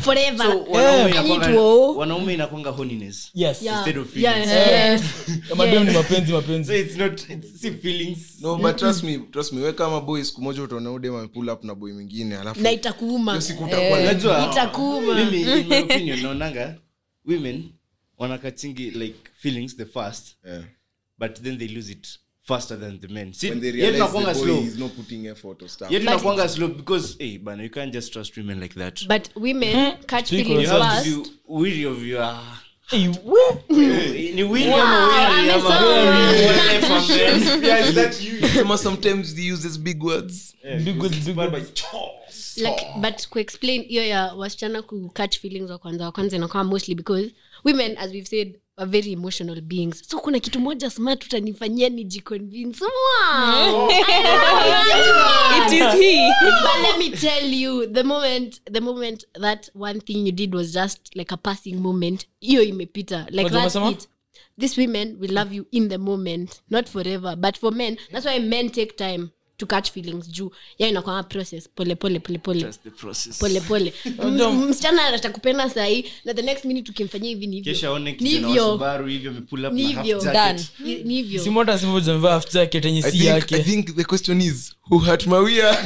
forever Eh, wanaume I need inakwanga- to oh. wanaume inakwanga honiness yes Yeah, Instead of yeah, feelings. yes. Eh. madem ni mapenzi so mapenzi it's not it's, si feelings No, but trust me, trust me. We kama boy siku moja utaona udem amepull up na boy mwingine alafu na itakuuma hiyo siku utakuwa na- Unajua, Itakuuma. mimi in my opinion naonanga women wanakachingi like feelings the first Yeah. but then they lose it faster than the men When they siyetu realize the nakwanga boy slow is not putting effort or stuff. yetu nakwanga slow because hey, bana you can't just trust women like that but women catch Speak feelings Mhm. you have fast to be weary of your Hey, we- ni weary ama weary ama amesoma. weary, whatever, man. Yeah, is that you? Sema sometimes he uses big words. Big words, big Inspired by words. chores. like but kuexplain hiyo ya wasichana kucatch feelings wa kwanza wa kwanza inakuwa mostly because women as we've said are very emotional beings so kuna kitu moja smart utanifanyia nijiconvince wow. it is he but let me tell you the moment the moment that one thing you did was just like a passing moment hiyo imepita like Kwanza that's umesema? it these women will love you in the moment not forever but for men that's why men take time to catch feelings juu ya inakwama process pole pole pole pole That's the process. pole pole M- msichana atakupenda sahii na the next minute ukimfanyia hivi ni hivyo. Kesha aone Ni kijana wa hivyo. Subaru hivyo amepull up Ni na half hivyo. jacket. Done. Ni- ni hivyo. Simu hata simu zimevaa half jacket yenye I si think, I yake think the question is who hurt Mawia?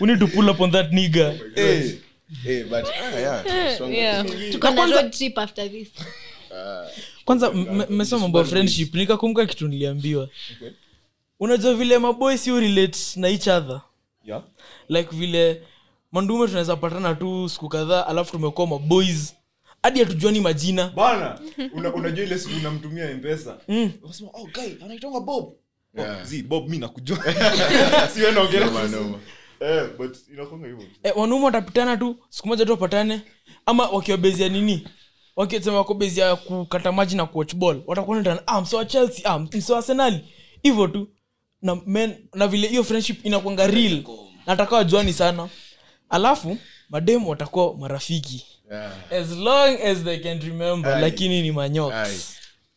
we need to pull up on that Oh nigga hey, hey, Eh, but ah, yeah, strong. yeah Tuko na road trip after this. kwanza m- m- mmesema mambo ya friendship nikakumbuka kitu niliambiwa unajua vile maboy si urelate na each other yeah. like vile mandume tunaweza patana tu siku kadhaa alafu tumekuwa maboys hadi hatujuani majina bana una- unajua ile siku unamtumia mpesa unasema oh guy anaitonga bob Oh, Yeah. zi bob mi nakujua si wewe unaongea na Noma, sisi. noma. eh but inakuanga hivyo e, wanaume watapitana tu siku moja tu wapatane ama wakiwa bezi ya nini wakisema wako bezi ya kukata maji na kuwatch ball watakuonetana ah, mso wa chelsea ah, mso wa arsenali hivyo tu na, men, na vile hiyo friendship inakwanga real natakawa juani sana alafu mademu watakuwa marafiki Yeah. as long as they can remember Aye. lakini ni manyoka Ai.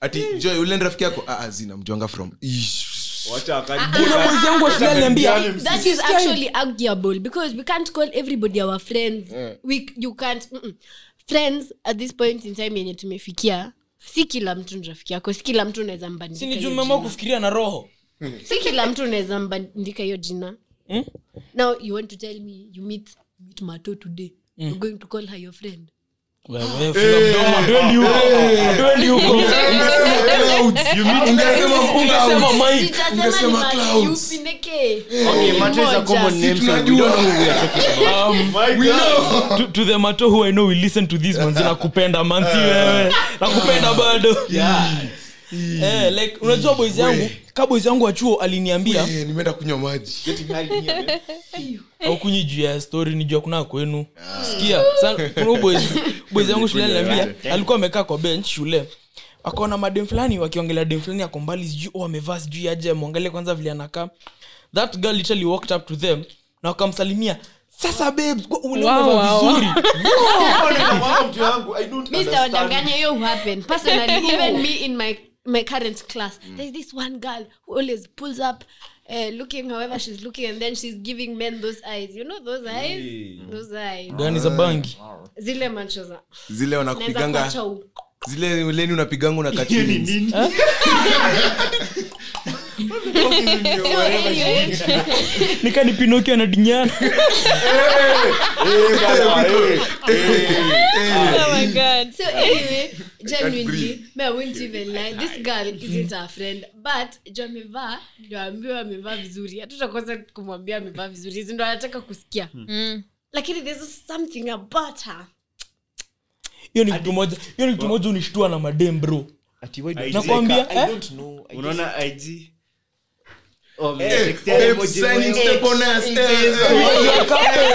ati joy ule ni rafiki yako ah, zina mjuanga from Ish. wacha kuna akadi mwezi yangu wa shule aliniambia that is actually arguable because we can't call everybody our friends Yeah. we, you can't mm-mm. friends at this point in time yenye tumefikia si kila mtu ni rafiki yako si kila mtu unaweza mbandika sini hiyo juu mmeamua jina. kufikiria na roho si kila mtu unaweza mbandika hiyo jina Hmm? now you want to tell me you meet, meet mato today Hmm. you're going to call her your friend Wewe, fula mdomo, hatuendi huko. Hatuendi huko. ah, Ungesema Mike. Sitasema ungesema ni ma- clouds. you pineke. Okay, Mato is a Moja. common name, so we tunajua. don't know who we are talking about. Um, to, to the mato who i know will listen to this manzi nakupenda manzi wewe nakupenda bado eh, like unajua boys yangu ka boys yangu wa chuo aliniambia Eh, nimeenda kunywa maji au kunyi juu ya story ni juu ya kuna kwenu sikia sa- kuna huyu boys boys yangu shule aliniambia alikuwa amekaa kwa bench shule akaona madem fulani wakiongelea dem fulani ako mbali sijui oh, amevaa sijui aje mwangalie kwanza vile anakaa that girl literally walked up to them na wakamsalimia sasa babe ule umevaa Wow, wow, wow. vizuri mi sitawadanganya hiyo happen personally even me in my my current class there's this one girl who always pulls up uh, looking however she's looking and then she's giving men those eyes you know those eyes those eyes gani za bangi zile macho za zile naweza wanakupiganga kuacha u- zile leni unapiganga unakati Anyway, nikani pinokio anadinyana Eh, Eh, Oh my God. so anyway genuinely me i won't even lie this girl isn't our friend but jo amevaa ndio ambiwa amevaa vizuri hatutakosa kumwambia amevaa vizuri hizi ndo anataka kusikia Mm. lakini there's something about her hiyo ni kitu moja hiyo ni kitu moja unishtua na madem bro Nakwambia, eh? unaona ig Oh, Eh, textia emoji moyo. Eh,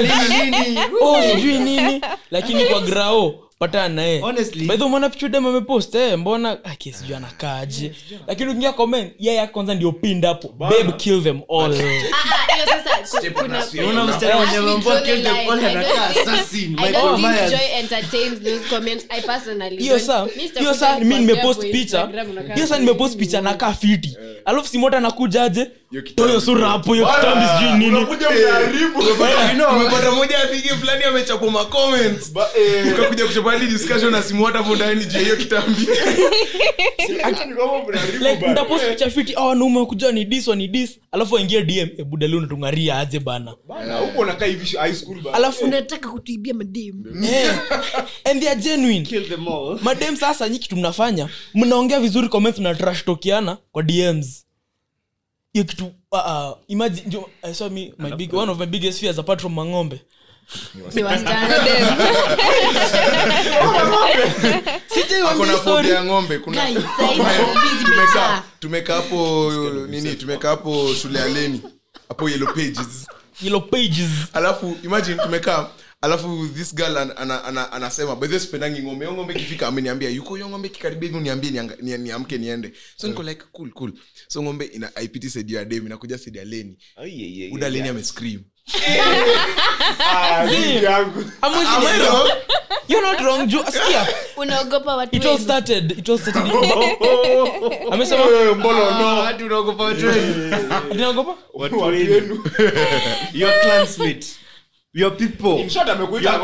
Eh, oh sijui nini lakini kwa grao patana naye Honestly. by the way, umeona picha dem amepost eh mbona aki sijui anakaaje lakini ukiingia comment yeye ya kwanza ndio pinned hapo babe kill them all Ah, hiyo sasa ku- kuna- Unaona msichana mwenye ameambiwa kill them all anakaa assassin, I Michael don't think Myers. Joy entertains those comments. I personally hiyo don't. saa Mr. hiyo saa Kushani mi kwa nimepost Instagram picha unakaa hiyo saa nimepost picha nakaa fiti alafu simota anakujaje kitambi. toyo sura hapo hiyo kitambi sijui nini Eh. umepata moja apige fulani amechapwa macomments ukakuja kuchapali discussion na simu hata hapo ndani juu ya hiyo kitambi like ndapost picha fiti a wanaume wakuja ni dis wani dis alafu waingie dm ebuda "Eh, leo unatungaria aje bana huko unakaa hivi high school ba alafu unataka kutuibia mademu eh, and they are genuine Kill them all. madem sasa nyi kitu mnafanya mnaongea vizuri comments na trash tokiana kwa dms hiyo kitu uh, uh, imagine ndio, i saw me my big one of my biggest fears apart from mang'ombe Ni wasichana. akona story. fobia ya ng'ombe kuna Guys, guys, movies tumekaa imejaa. tumekaa hapo nini tumekaa hapo shule ya leni hapo yellow pages yellow pages alafu imagine tumekaa alafu this girl an, ana, ana, anasema by the way, sipendangi ng'ombe Hiyo ng'ombe ikifika ameniambia yuko hiyo ng'ombe kikaribia hivi uniambie nianga- nia- niamke niende so niko like cool cool so ng'ombe ina aipiti saidi ya dem inakuja saidi ya leni uda leni amescream Ah, I'm with you. Am I wrong? you're not wrong Ju- sikia unaogopa watu it all wengi. started it all started amesema Ah, hadi unaogopa watu wengi. ninaogopa Watu wengi. Your clansmate. Your people. amekuita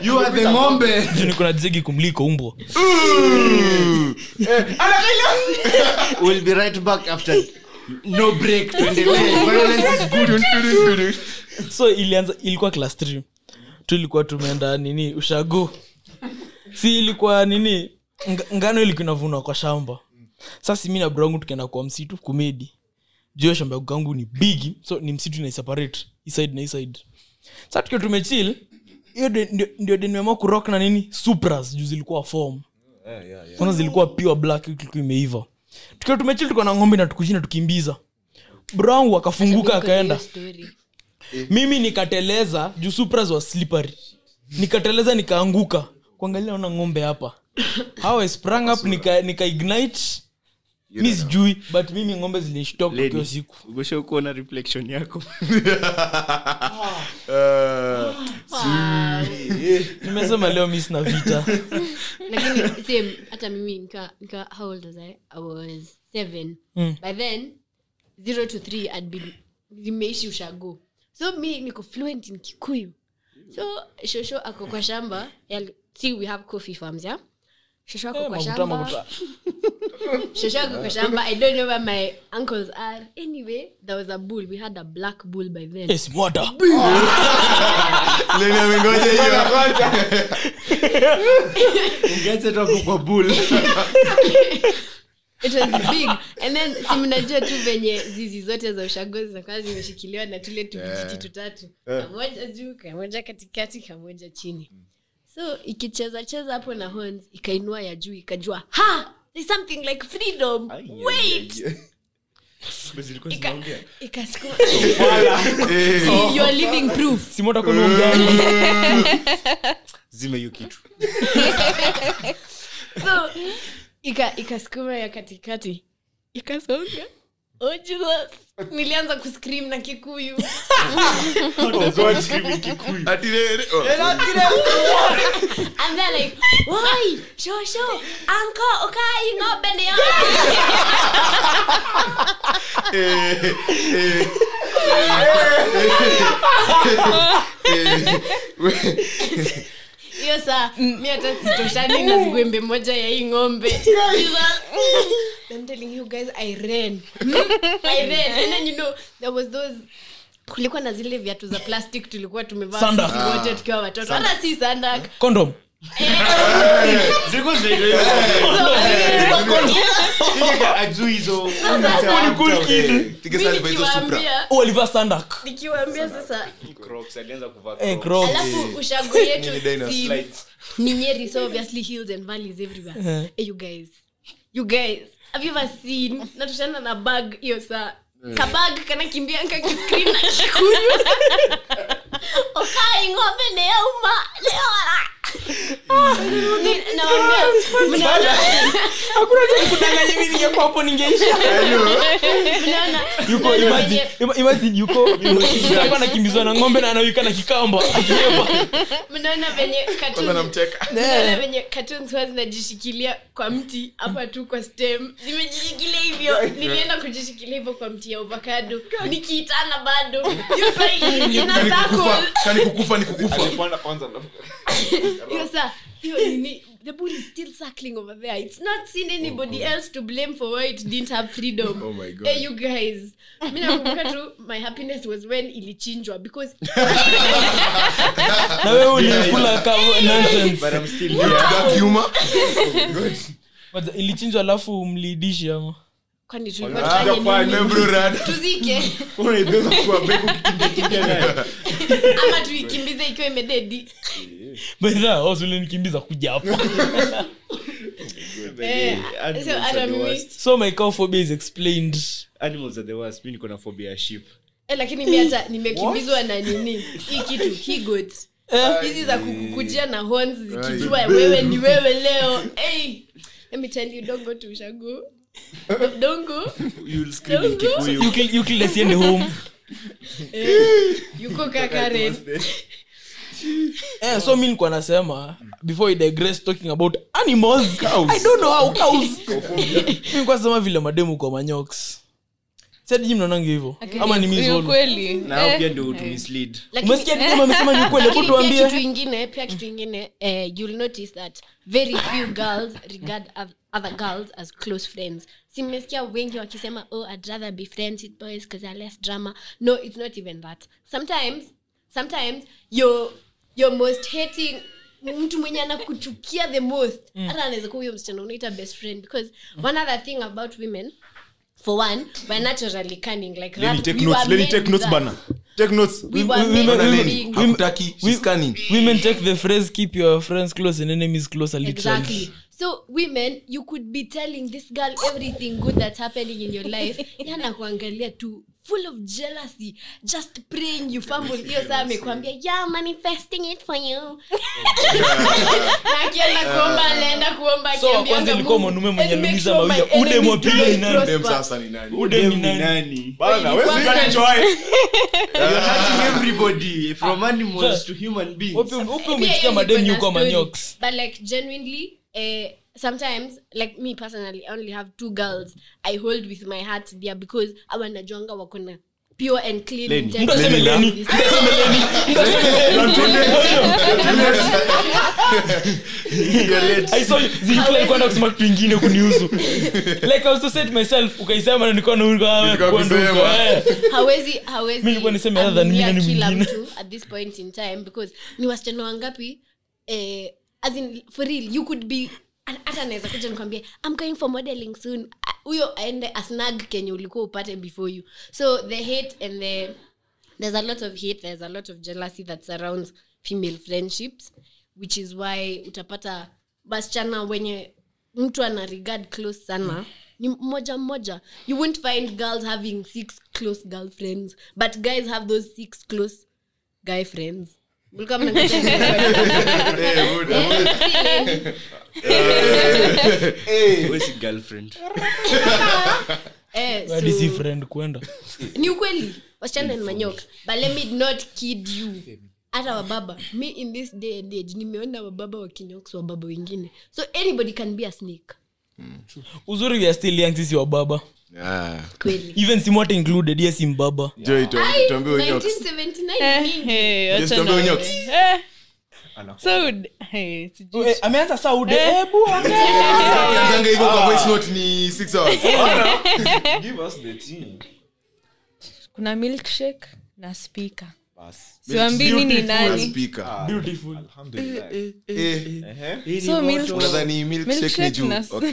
You are the ng'ombe. Ju niko na zigi kumliko umbwa We'll be right back after no break. Tuendelee. Violence is good. so ilianza ilikuwa class 3 tulikuwa tumeenda nini ushago si ilikuwa nini ng- ngano ilikuwa inavunwa kwa shamba sasa mi na brangu tukaenda kwa msitu kumedi juu ya shamba kangu ni bigi so ni msitu inaiseparate hii side na hii side sa tukiwa tumechill hiyo de- ndio- ndio de nimeamua kurock na nini supras juu zilikuwa form kwanza zilikuwa pure black hiyo ilikuwa imeiva tukiwa tumechill tuko na ng'ombe na tukuchina tukimbiza brown akafunguka akaenda mimi nikateleza juu supras wa slippery nikateleza nikaanguka kuangalia naona ng'ombe hapa how i sprang up nika, nika ignite mi sijui but mimi ng'ombe zilinishtok kio siku umeshakuona reflection yako nimesema leo mi sina vita lakini same hata mimi nika nika how old was i i was seven Mm. by then zero to three i'd been nimeishi ushago so mi niko fluent in kikuyu so shosho ako kwa shamba yal- see we have coffee farms yeah shosho Eh, ako kwa shamba Makuta- Shoshaku Kashamba. I don't know where my uncles are. Anyway, there was a bull. We had a black bull by then. Yes, murder. Lenny amengoja hiyo. ungeacha tu hapo kwa bull It was big. And then si mnajua tu venye zizi zote za ushago zinakuwa zimeshikiliwa na tule tuvijiti tutatu. Kamoja juu, kamoja katikati, kamoja chini. So ikicheza cheza hapo na horns, ikainua ya juu, ikajua ha, there's something like freedom. Wait. Ika- Ikasukuma. See, you are living proof. Si murder kwa ng'ombe. zima hiyo kitu so ika- ikasukuma ya katikati ikasonga Oh, Jesus. nilianza kuscream na kikuyu Ati le- le- oh. and they're like why shosho anko ukai ngobe ni yao." hiyo saa mi hata sitoshani na gwembe moja ya hii ng'ombe I'm telling you guys i ran Hmm? i ran and then you know there was those kulikuwa na zile viatu za plastic tulikuwa tumevaa Sandak. sisi wote tukiwa watoto hata si sandak Condom. Tige sana kwa hizo supra. Oh, walivaa sandak. nikiwaambia sasa Eh, crocs. alafu ushago Ni yetu dinosaur. si- ni nyeri so obviously hills and valleys everywhere Eh. hey, you guys you guys have you ever seen natushana na bag hiyo saa kabag kanakimbia kakiskrin na kikuyu okai ng'ombe neuma leora nawambia mnaona Hakuna cha kudanganya, mimi ningekuwa hapo ningeisha. mnaona Yuko, mnaona imagine- venye- ima- imagine yuko, alikuwa anakimbizwa na ng'ombe na anawika na kikamba, akihepa. mnaona venye cartoons- Kwanza namcheka. mnaona venye cartoons huwa zinajishikilia kwa mti hapa tu kwa stem zimejishikilia hivyo nilienda kujishikilia hivyo kwa mti ya ovakado nikiitana bado hiyo saa Yaani ina circle. Kukufa. Kani kukufa ni kukufa. Hiyo saa, hiyo nini the bull is still circling over there it's not seen anybody else to blame for why it didn't have freedom Oh my God. hey, Eh, you guys mi nakumbuka tu my happiness was when ilichinjwa because Na wewe ulikula ka- nonsense. eh, Dark humor. Kwanza, ilichinjwa alafu mlidishi ama kwani tulikuwa tufanye nini Lebro rad. tuzike ama tuikimbize ikiwa imededi Benda, oh, si ulinikimbiza kuja hapo Eh, so hata mimi so my cophobia is explained animals are the worst mi niko na phobia ya sheep eh, lakini mi hata nimekimbizwa na nini hii kitu hii goat hizi za kukukujia na horns zikijua wewe ni wewe leo hey, let me tell you don't go to ushago don't go you'll scream in don't go kikuyu You kill- you kill us, yende home yuko kakaren Eh, so mi nilikuwa nasema before we digress talking about animals i don't know how cows mi nilikuwa nasema vile mademu kwa manyoks sadiji mnaonange hivyo ama ni Ni mizolo ukweli. na hao Eh. pia ndio utumislead lakini umesikia dija amesema ni ukweli hebu lakini pia kitu tuambie ingine pia kitu ingine eh, you'll notice that very few girls regard oth- other girls as close friends simesikia wengi wakisema oh i'd rather be friends with boys because they're less drama no it's not even that sometimes sometimes your your most hating mtu mwenye anakuchukia Mm. the most hata anaweza kuwa huyo msichana unaita best friend because one other thing about women for one we're naturally cunning like Lenny, rat- take we notes. were Lenny, made take notes that. bana. Take notes. we were we- we- made we- to we- be- hakutaki she's scanning women take the phrase keep your friends close and enemies closer literally exactly so women you could be telling this girl everything good that's happening in your life yana kuangalia tu full of jealousy just praying you fumble hiyo saa amekwambia yeah manifesting it for Oh, you Na akienda kuomba anaenda kuomba So, wa akiambianga kwanza ilikuwa Mungu, mwanume mwenye "And make lumiza sure my mawili, ude mwapili ni enemies don't nani?" prosper." Ude ni nani? Bana, Wait, wewe ni sikana kwanza- joy. Upe- upe Pia umesikia hiyo madem niko na yuko story. manyoks but like genuinely eh, sometimes like me personally i only have two girls i hold with my heart there because awa najuanga wakona pure and clean integrity. Mtu aseme Leni. Mtu I saw you. Zilikuwa alikuwa na kusema kitu ingine kunihusu like I was to set myself ukaisema na nikawa na huyu kwa- Nilikuwa kwa ndugu, kusema. eh. hawezi Mi hawezi nilikuwa niseme other than mimi aminia nani kila mwingine. mtu at this point in time because ni wasichana wangapi eh, as in for real you could be hata naweza kuja nikwambie i'm going for modeling soon Ah, huyo aende asnag kenye ulikuwa upate before you so the hate and the there's a lot of hate there's a lot of jealousy that surrounds female friendships which is why utapata wasichana wenye mtu ana regard close sana ni mmoja mmoja you won't find girls having six close girlfriends but guys have those six close guy friends Mlikuwa mnangojea- Eh, Hadi si so- friend kwenda ni ukweli wasichana ni manyoka but let me not kid you hata wababa me in this day and age nimeona wababa wakinyoks wababa wengine so anybody can be a snake uzuri we are still young sisi wa baba Ah, kweli even simwote included yes mbaba Joy, tu- Ai, tuambie unyoks. 1979 Eh, mingi. eh, Just wacha tuambie na- unyoks. eh. So, eh, sijui. ameanza saa ude eh, bua Ukianzanga hivyo kwa voice note ni six hours. Give us the tea. kuna milkshake na spika Bas. siwambii mi ni Beautiful nani speaker. Ah. beautiful Alhamdulillah. Eh, Ehe. so milk- unadhani milkshake ni milkshake juu? na- Okay.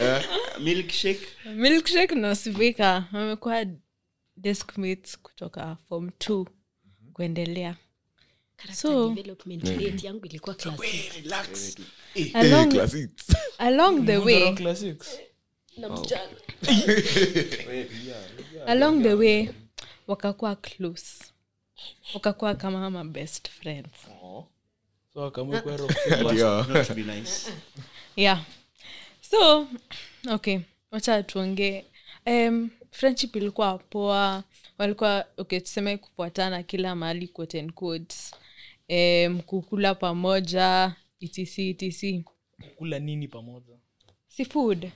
Eh. milkshake na spika wamekuwa desk mates kutoka form t kuendelea Character development rate yangu ilikuwa class six. Eh, along, class eight. along the way Na msichana. along the way wakakuwa close wakakuwa kama ma best friends Yeah. yeah so okay wacha tuongee um, friendship ilikuwa poa walikuwa okay tuseme kufuatana kila mahali quote and quotes um, kukula pamoja etc etc kula nini pamoja si food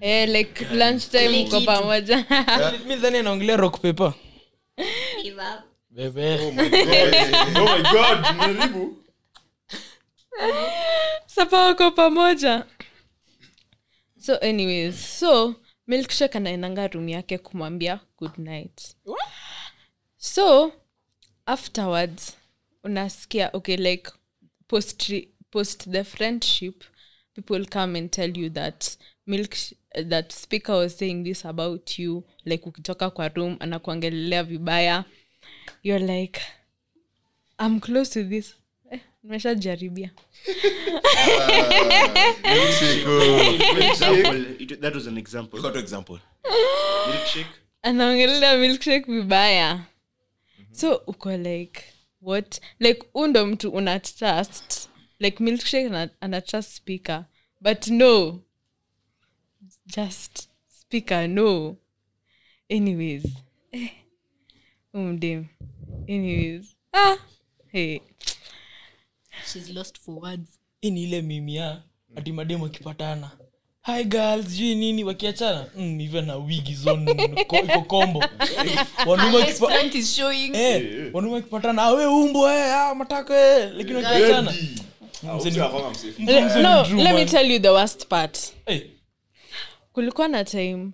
eh, like lunch time uko pamoja mi dhani anaongelea rock paper bebe Oh my God, mnajaribu. sapa wako pamoja so anyways so milkshake anaendanga room yake kumwambia good night so afterwards unasikia okay like post, post the friendship people come and tell you that milk that speaker was saying this about you like ukitoka kwa room anakuangelelea vibaya you're like i'm close to this eh, nimeshajaribia Milkshake, oh. anaongelea Got example. anaongelea milkshake vibaya so uko like what like huu ndo mtu una trust like milkshake ana, ana trust speaker but no just speaker no anyways umdem anyways ah hey She's lost for words. hii ni ile mimia ati mademu akipatana hi girls jui nini wakiachana mm, hivyo na wigi zone ko- iko kombo wanaume Her best wakipa- friend is showing. eh, wanaume wakipatana awe umbo eh, ah, matako eh, lakini wakiachana Mm, Ah, usi hapa msafe. mzee ni no Drew, let me man. tell you the worst part Eh, kulikuwa na time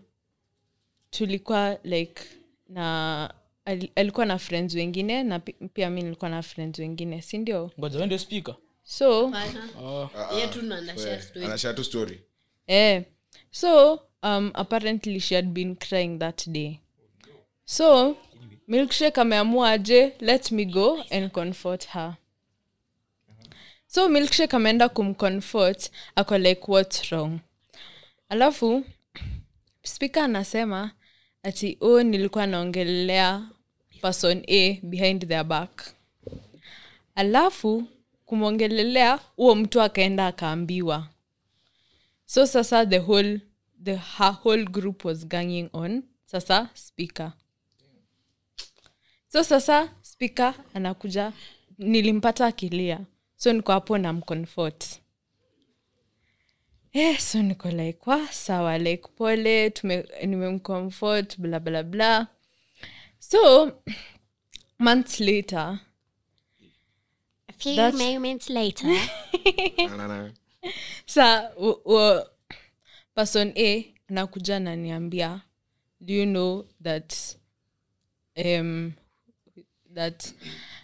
tulikuwa like na al- alikuwa na friends wengine na pi- pia mi nilikuwa na friends wengine si ndio ngoja wewe ndio speaker so Yeah, tu ndo ana share story. anashaa tu story eh, so um, apparently she had been crying that day so milkshake ameamua aje let me go and comfort her so milkshake ameenda kumcomfort ako like what's wrong alafu spika anasema ati o oh, nilikuwa naongelelea person a behind their back alafu kumwongelelea huo mtu akaenda akaambiwa so sasa the whole the her whole group was ganging on sasa speaker so sasa speaker anakuja nilimpata akilia so niko hapo na mcomfort eh, so niko like wa sawa like pole tume- nimemcomfort bla bla bla so months later That's- Na-na-na. sa u- u- person a anakuja naniambia do you know that um, that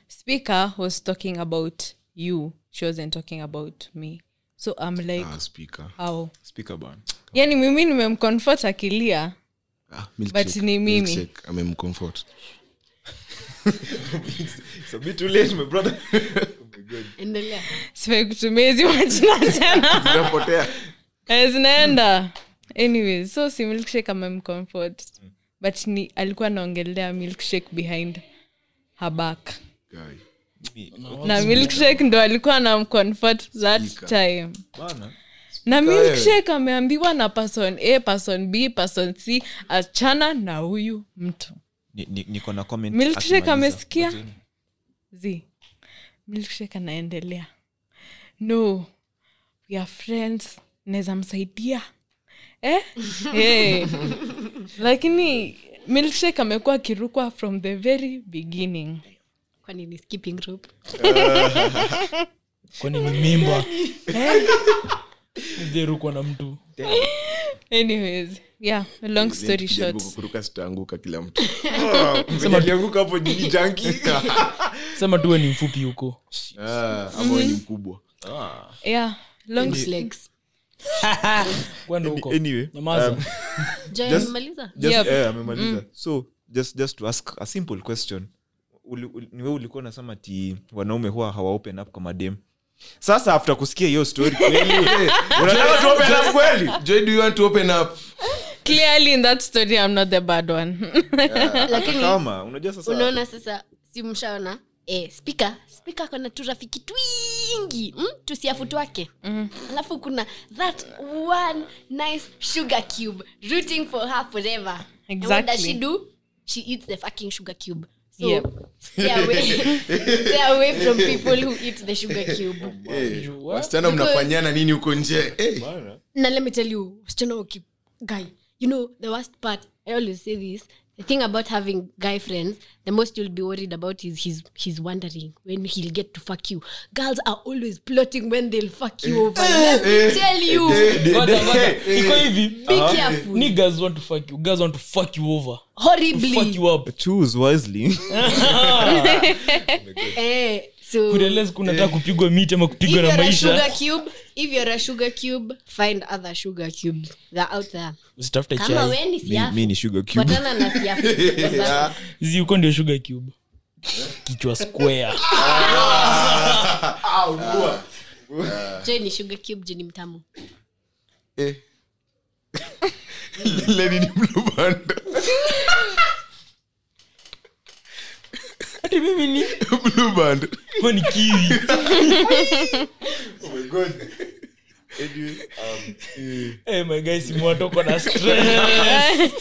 speaker was talking about you she wasn't talking about me so i'm like Ah, speaker. how Speaker ban. yani mimi nimemcomfort akilia Ah, milkshake, ni mimi. milkshake, amemcomfort. It's a bit too late, my brother. Endelea. sifai kutumia hizi majina tena Zinapotea. Eh, zinaenda anyway so si milkshake amemcomfort but ni alikuwa anaongelea milkshake behind her back Guy. na milkshake ndo alikuwa na mcomfort that time Bana. eh. na milkshake ameambiwa na person a person b person c achana na huyu mtu Ni- ni- niko na comment Milkshake akimaliza. amesikia? Ngojeni. z milkshake anaendelea no we are friends naweza msaidia eh? hey. lakini milkshake amekuwa akirukwa from the very beginning Kwani ni skipping rope? kwani ni mimba Eh? zerukwa na mtu anyways yeah long story short Jaribu kuruka sitaanguka kila mtu Oh, Venye alianguka hapo ni ni janki. sema tuwe ni mfupi huko Ah, ama Mm-hmm. wewe ni mkubwa yeah long Loose legs. kwenda huko Anyway, nyamaza um, Joy, Just- umemaliza? just- Yep. Mm. eh, amemaliza so just, just to ask a simple question Uli- uli- niwe ulikuwa unasema ti wanaume huwa hawa open up kwa madem sasa after kusikia hiyo story kweli eh, unataka tu open up kweli Joy, do you want to open up? clearly in that story i'm not the bad one Hata kama unajua sasa unaona sasa si mshaona eh, spika spika akona tu rafiki twingi mm? tusiafutu wake Mm-hmm. mm. alafu kuna that one nice sugar cube rooting for her forever And what does Exactly. she do she eats the fucking sugar cube so Yep. stay away stay away from people who eat the sugar cube Eh, wasichana mnafanyana nini huko nje Eh, na let me tell you wasichana waki guy you know the worst part i always say this the thing about having guy friends the most you'll be worried about is he's he's wondering when he'll get to fuck you girls are always plotting when they'll fuck you Eh. over let me tell you eh, eh, Ngoja, ngoja. iko hivi be Uh-huh. careful niggas want to fuck you guys want to fuck you over To fuck horribly you up choose wisely eh so kurealize kunataka kupigwa miti ama if kupigwa you're na a sugar maisha cube if you're a sugar cube find other sugar cubes they're out there usitafute kama chai weni mi, mi siafu ni sugar cube patana na siafu hizi huko ndio sugar cube kichwa square joy ni sugar cube jini mtamu eh. Lady ni blue band. hadi mimi ni Blue band. huwa ni kiwi Oh Eh, my guys mwatoko na stress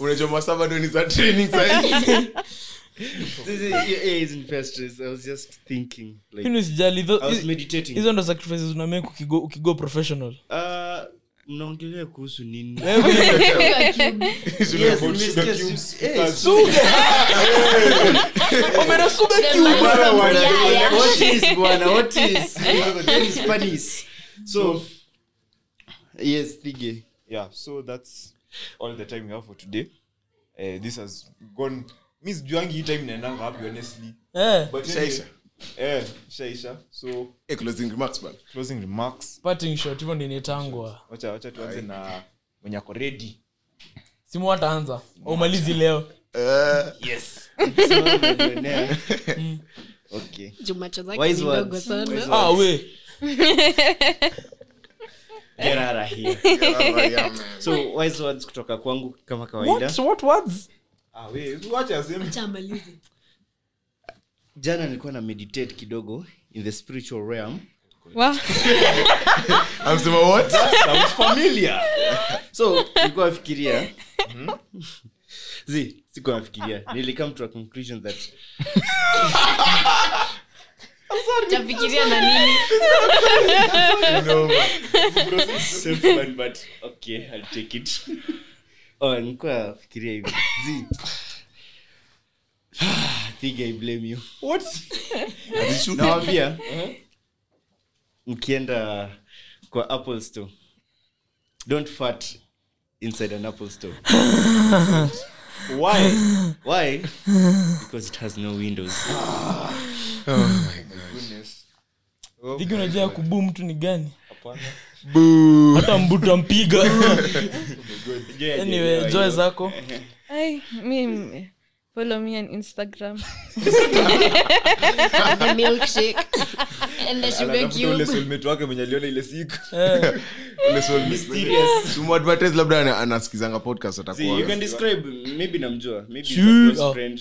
unajua masabadoni za training sahi Mimi sijali tho- I was hizo- meditating. hizo ndo sacrifices unamake ukigo, ukigo professional Ah, mnaongelea kuhusu nini Sugar cube. Zile Yes, about nimesikia sugar su- cubes. eh, Mara Bwana, Yaya. what is, bwana, what is? What is Spanish? So, yes, Thige. yeah so that's all the time we have for today Eh, uh, this has gone mi sijuangi hii time inaendanga up honestly Eh, but Shaisha. anyway, eh, isha isha so Eh, closing remarks man closing remarks parting shot hivyo ndio inetangwa wacha wacha tuanze na mwenye ako ready simu wataanza aumalizi leo Uh, Sema millionaire. okay juu macho zake Wise ni ndogo words. sana ah, we Get out of here. so wise words kutoka kwangu kama kawaida what, what words ah, we, wacha aseme Acha amalize. jana nilikuwa na meditate kidogo in the spiritual realm Wa- amsema what sounds familiar so nilikuwa nafikiria zi sikuwa nafikiria nilikam to a conclusion that tafikiria na nini simple one, but okay i'll take it oh nilikuwa nafikiria hivi zi i think i blame you nawambia Uh-huh. mkienda kwa apple store don't fart inside an apple store why why because it has no windows dhiki unajua ya kubuu mtu ni gani hata mbuta mpiga anyway, enjoy zako Ai, mi- mi- follow me on Instagram. the milkshake and the sugar Alafu ule cube soulmate wake mwenye aliona ile siku Eh, tumadvertise labda ana- anasikizanga podcast See, you can atakuwa describe maybe namjua maybe it's a Sure. close Oh. friend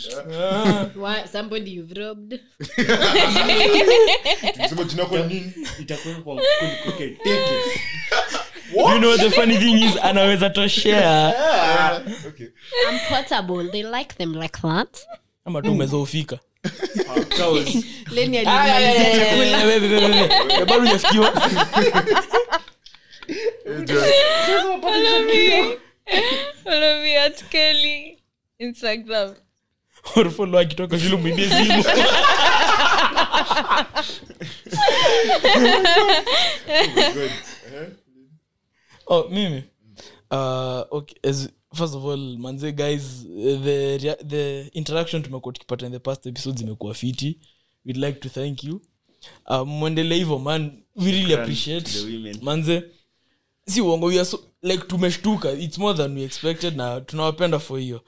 Why- somebody you've robbed sema jina kwa nini Itakuwa kwa mkono kuke, take it. you know the funny thing is anaweza toshea Ah. i'm portable they like them like that ama tu umezoofika leni Ah, Eh, alimaliza chakula wewe, wewe, wewe. bado hujafikiwa Eh, Follow me. Follow me at Kelly Instagram. orfolo akitoka shule mwimbie simu oh mimi uh, okay, as, first of all manze guys eh, the, rea- the interaction tumekuwa tukipata in the past episodes imekuwa fiti we'd like to thank you uh, mwendele hivyo man we really appreciate the women. manze si uongo we are so, like tumeshtuka it's more than we expected na tunawapenda for hiyo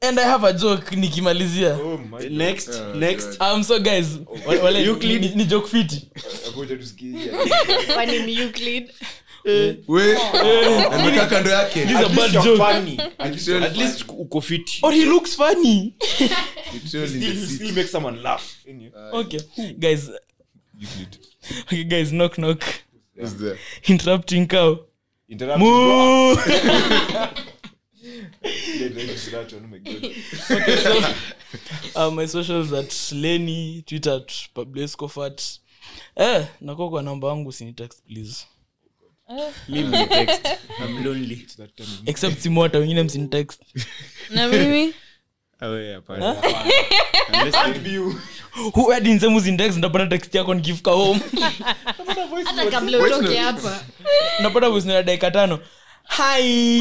and i have a joke nikimalizia oh my next next um, so guys wa- wale, ni, ni- ni joke fiti ngoja tusikie kwani ni Euclid. We, Eh. amekaa kando yake This is a bad You're joke. funny. At at least least uko fiti or he looks funny Literally still, in the you seat. still make someone laugh. Anyway. okay guys okay guys knock knock Who's there? interrupting cow Interrupt. Moo! Yeah, yeah, interrupt. Oh my God. uh, my socials at leni twitter at pablescofat eh nakuwa kwa namba yangu sinitext please mimi ni text i'm lonely except simu hata wengine msinitext Na mimi awe hapana Unless you- huadinsemu sintext ndapata text yako nikifika home hata kabla utoke hapa napata voice ya dakika tano hi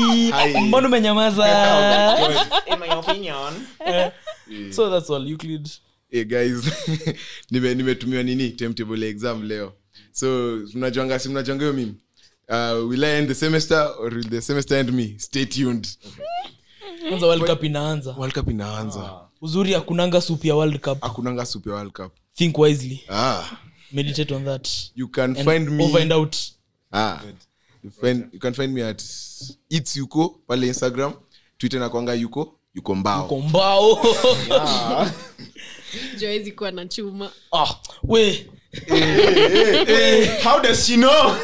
mbona umenyamaza Eh. In my opinion. so that's all euclid Eh, guys nime- nimetumiwa nini timetable ya exam leo so mnajuanga si mnajuanga hiyo mimi Uh, will i end the semester or will the semester end me stay tuned kwanza world cup inaanza world cup inaanza uzuri hakunanga sup ya world cup hakunanga super world cup think wisely ah meditate on that you can and find me over and out ah, you, find, you can find me at its yuko pale instagram twitter nakwanga yuko yuko mbao Kwa mbao juu hawezi kuwa na chuma ah, we Eh, How does she know?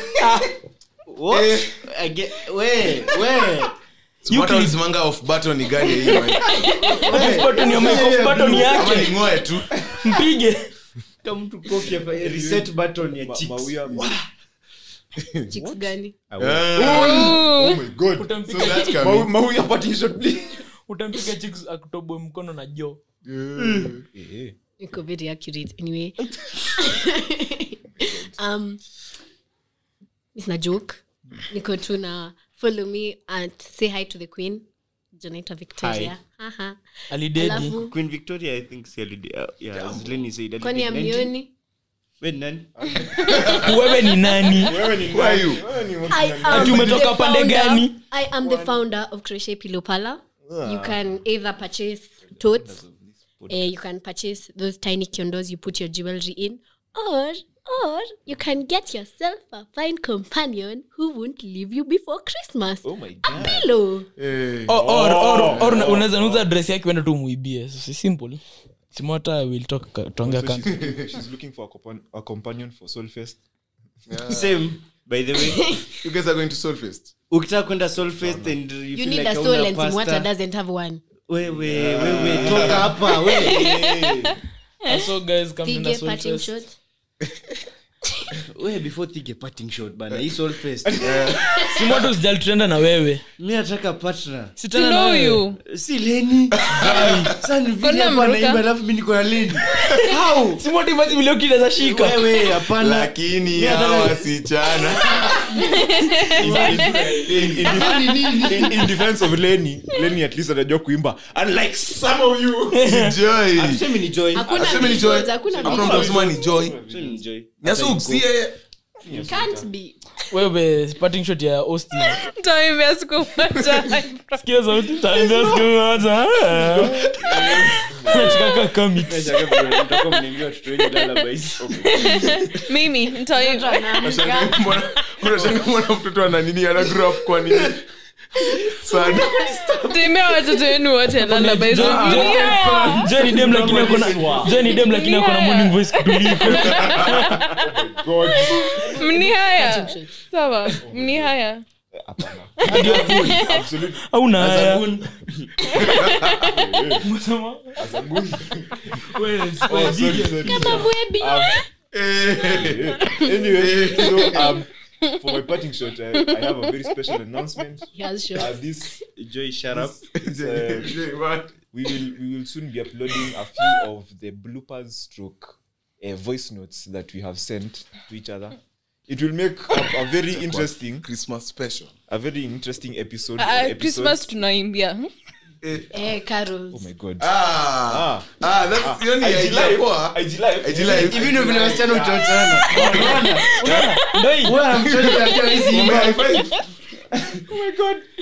What? Eh. I get- we, we. What walisimanga off button ni gani hii, man? Off button ya mic, off button Ama yake ning'oe tu mpige Kama mtu kofi hapa, reset button ya Ma- chicks. mawia- chicks gani Ah, Ah. Utampiga- So that's coming. Mawi- mawia parting shot, please. utampiga chicks akutobwe mkono na jo iko very accurate anyway um it's na joke niko tu na follow me at say hi to the queen janaitwa victoria Aha. alidedi alafu queen victoria i think si alidi- uh, yeah, as Lenny said, alidi- kwani ya 19 mioni Wait, nani? wewe ni nani Who are you? I am Ati umetoka the pande founder- gani? Ah. I am the founder of Crochet Pillow Parlor. You can either purchase totes, uh, you can purchase those tiny condos you put your jewelry in, or or you can get yourself a fine companion who won't leave you before Christmas. Ah, Oh my A God. pillow. Hey. Or- Oh, or- or- or una- unaweza nuza dress yake uende tu muibie So, si simple simota will talk ka- tuongea So kanga she's, she's looking for a, compan- a companion for Solfest. Uh. Same, by the way. You guys are going to Solfest. ukitaka kwenda Solfest and you You feel need like a hauna soul and pasta, Simwata doesn't have one. wewe, wewe, toka hapa, wewe. so guys come to the Tige soul parting fest shot. Wewe, before Thige parting shot, bana, hii Solfest. simota usijali tutaenda na wewe Mi nataka partner. si tena na know wewe you Si Lenny. Sasa ni vile Mbona hapa mruka? naiba, alafu mi niko na Lenny. How? simota imaji vile ukidaza shika Wewe, hapana. lakini Yeah, hawa no. wasichana in, in defense of Lenny, Lenny at least anajua kuimba. Unlike some of you. Joy. Tuseme ni Ah, Joy. Hakuna Aseme ni Joy. videos, hakuna Hakuna mtu videos. anasema ni Joy. Tuseme ni Joy. Nyasa uksie. Can't be. wewe parting shot ya austin ntaembea siku moja sikia ah. sauti taambia siku moja unachikaka comics Mtakuwa mnaimbiwa watoto wengi lullabies. mimi ntaimba Ah, Unashangaa mbona- unashangaa mbona mtoto ana nini ana grow up kwa nini sana tembea watoto wenu wote lalabahizo Jo ni dem lakini ako na- Jo ni dem lakini ako na morning voice kutuliko mni haya Parting shot. sawa mni haya au na Uh, haya Sabuni. Oh, sorry, sorry. Um, Mabwebi. Eh. anyway, so um, for my parting shot, I, I have a very special announcement. He has shot. Uh, this, Joy, shut up. uh, Joy, what? we will we will soon be uploading a few of the bloopers stroke uh, voice notes that we have sent to each other. It will make a, a very interesting Christmas special. a very interesting episode. or Ah, episodes. christmas tunaimbia Eh, carols. Oh my god. Ah. Ah, Ah, that's hiyo ni IG idea live. poa. IG live. IG ah. live. Hivi ndio vile wasichana huchochana. Doi. Wewe, mtoto unataka hizi High five.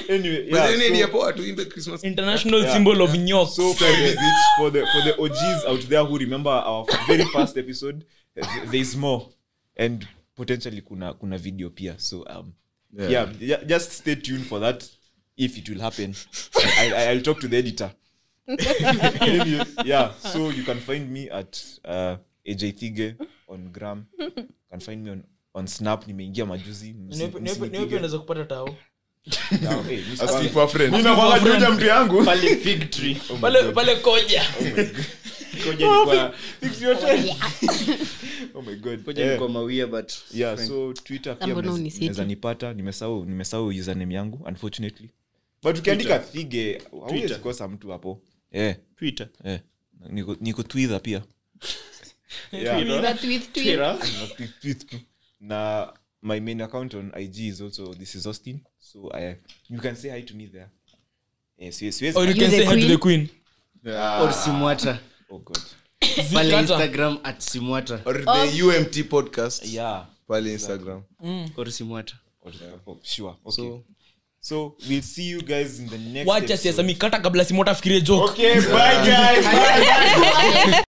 Anyway, Oh But yeah, then so- idea poa tuimbe Christmas. international symbol of nyok So for the, for the for the OGs out there who remember our very first episode, eh, there's more, and potentially kuna kuna video pia. So um, yeah, ju- just stay tuned for that if it will happen. I, I, I'll talk to the editor. Anyway, yeah, so you can find me at uh, AJ Thige on Gram. You can find me on on Snap. Nimeingia majuzi. msi- msinipige. unaweza kupata tao Now, hey, msi- Asking for a friend. Nina kwa kuja mtu yangu. pale fig tree. Oh my pale God. pale koja Ngoja nikuwa- Oh my God. ngoja Eh. nikuwa mawia, but- yeah so twitter pia Sambo, no, mnaweza- unisite. mnaweza nipata nimesahau nimesahau username yangu unfortunately but ukiandika thige hauwezi Twitter. kosa mtu hapo eh Twitter. eh niko niko twitter pia yeah But with tweet. na tweet- tweet tu. na my main account on ig is also this is austin so I, you can say hi to me there eh siwe- siwezi or Oh, you You can the say hi to the queen. queen Or Simwata. oh god Pale Zikata. Instagram at Simwata. Or the UMT podcast Um, yeah pale Instagram. Or Simwata. oh, sure okay so, we'll see you guys in the next wacha episode. siasa mikata kabla simota afikirie joke okay bye guys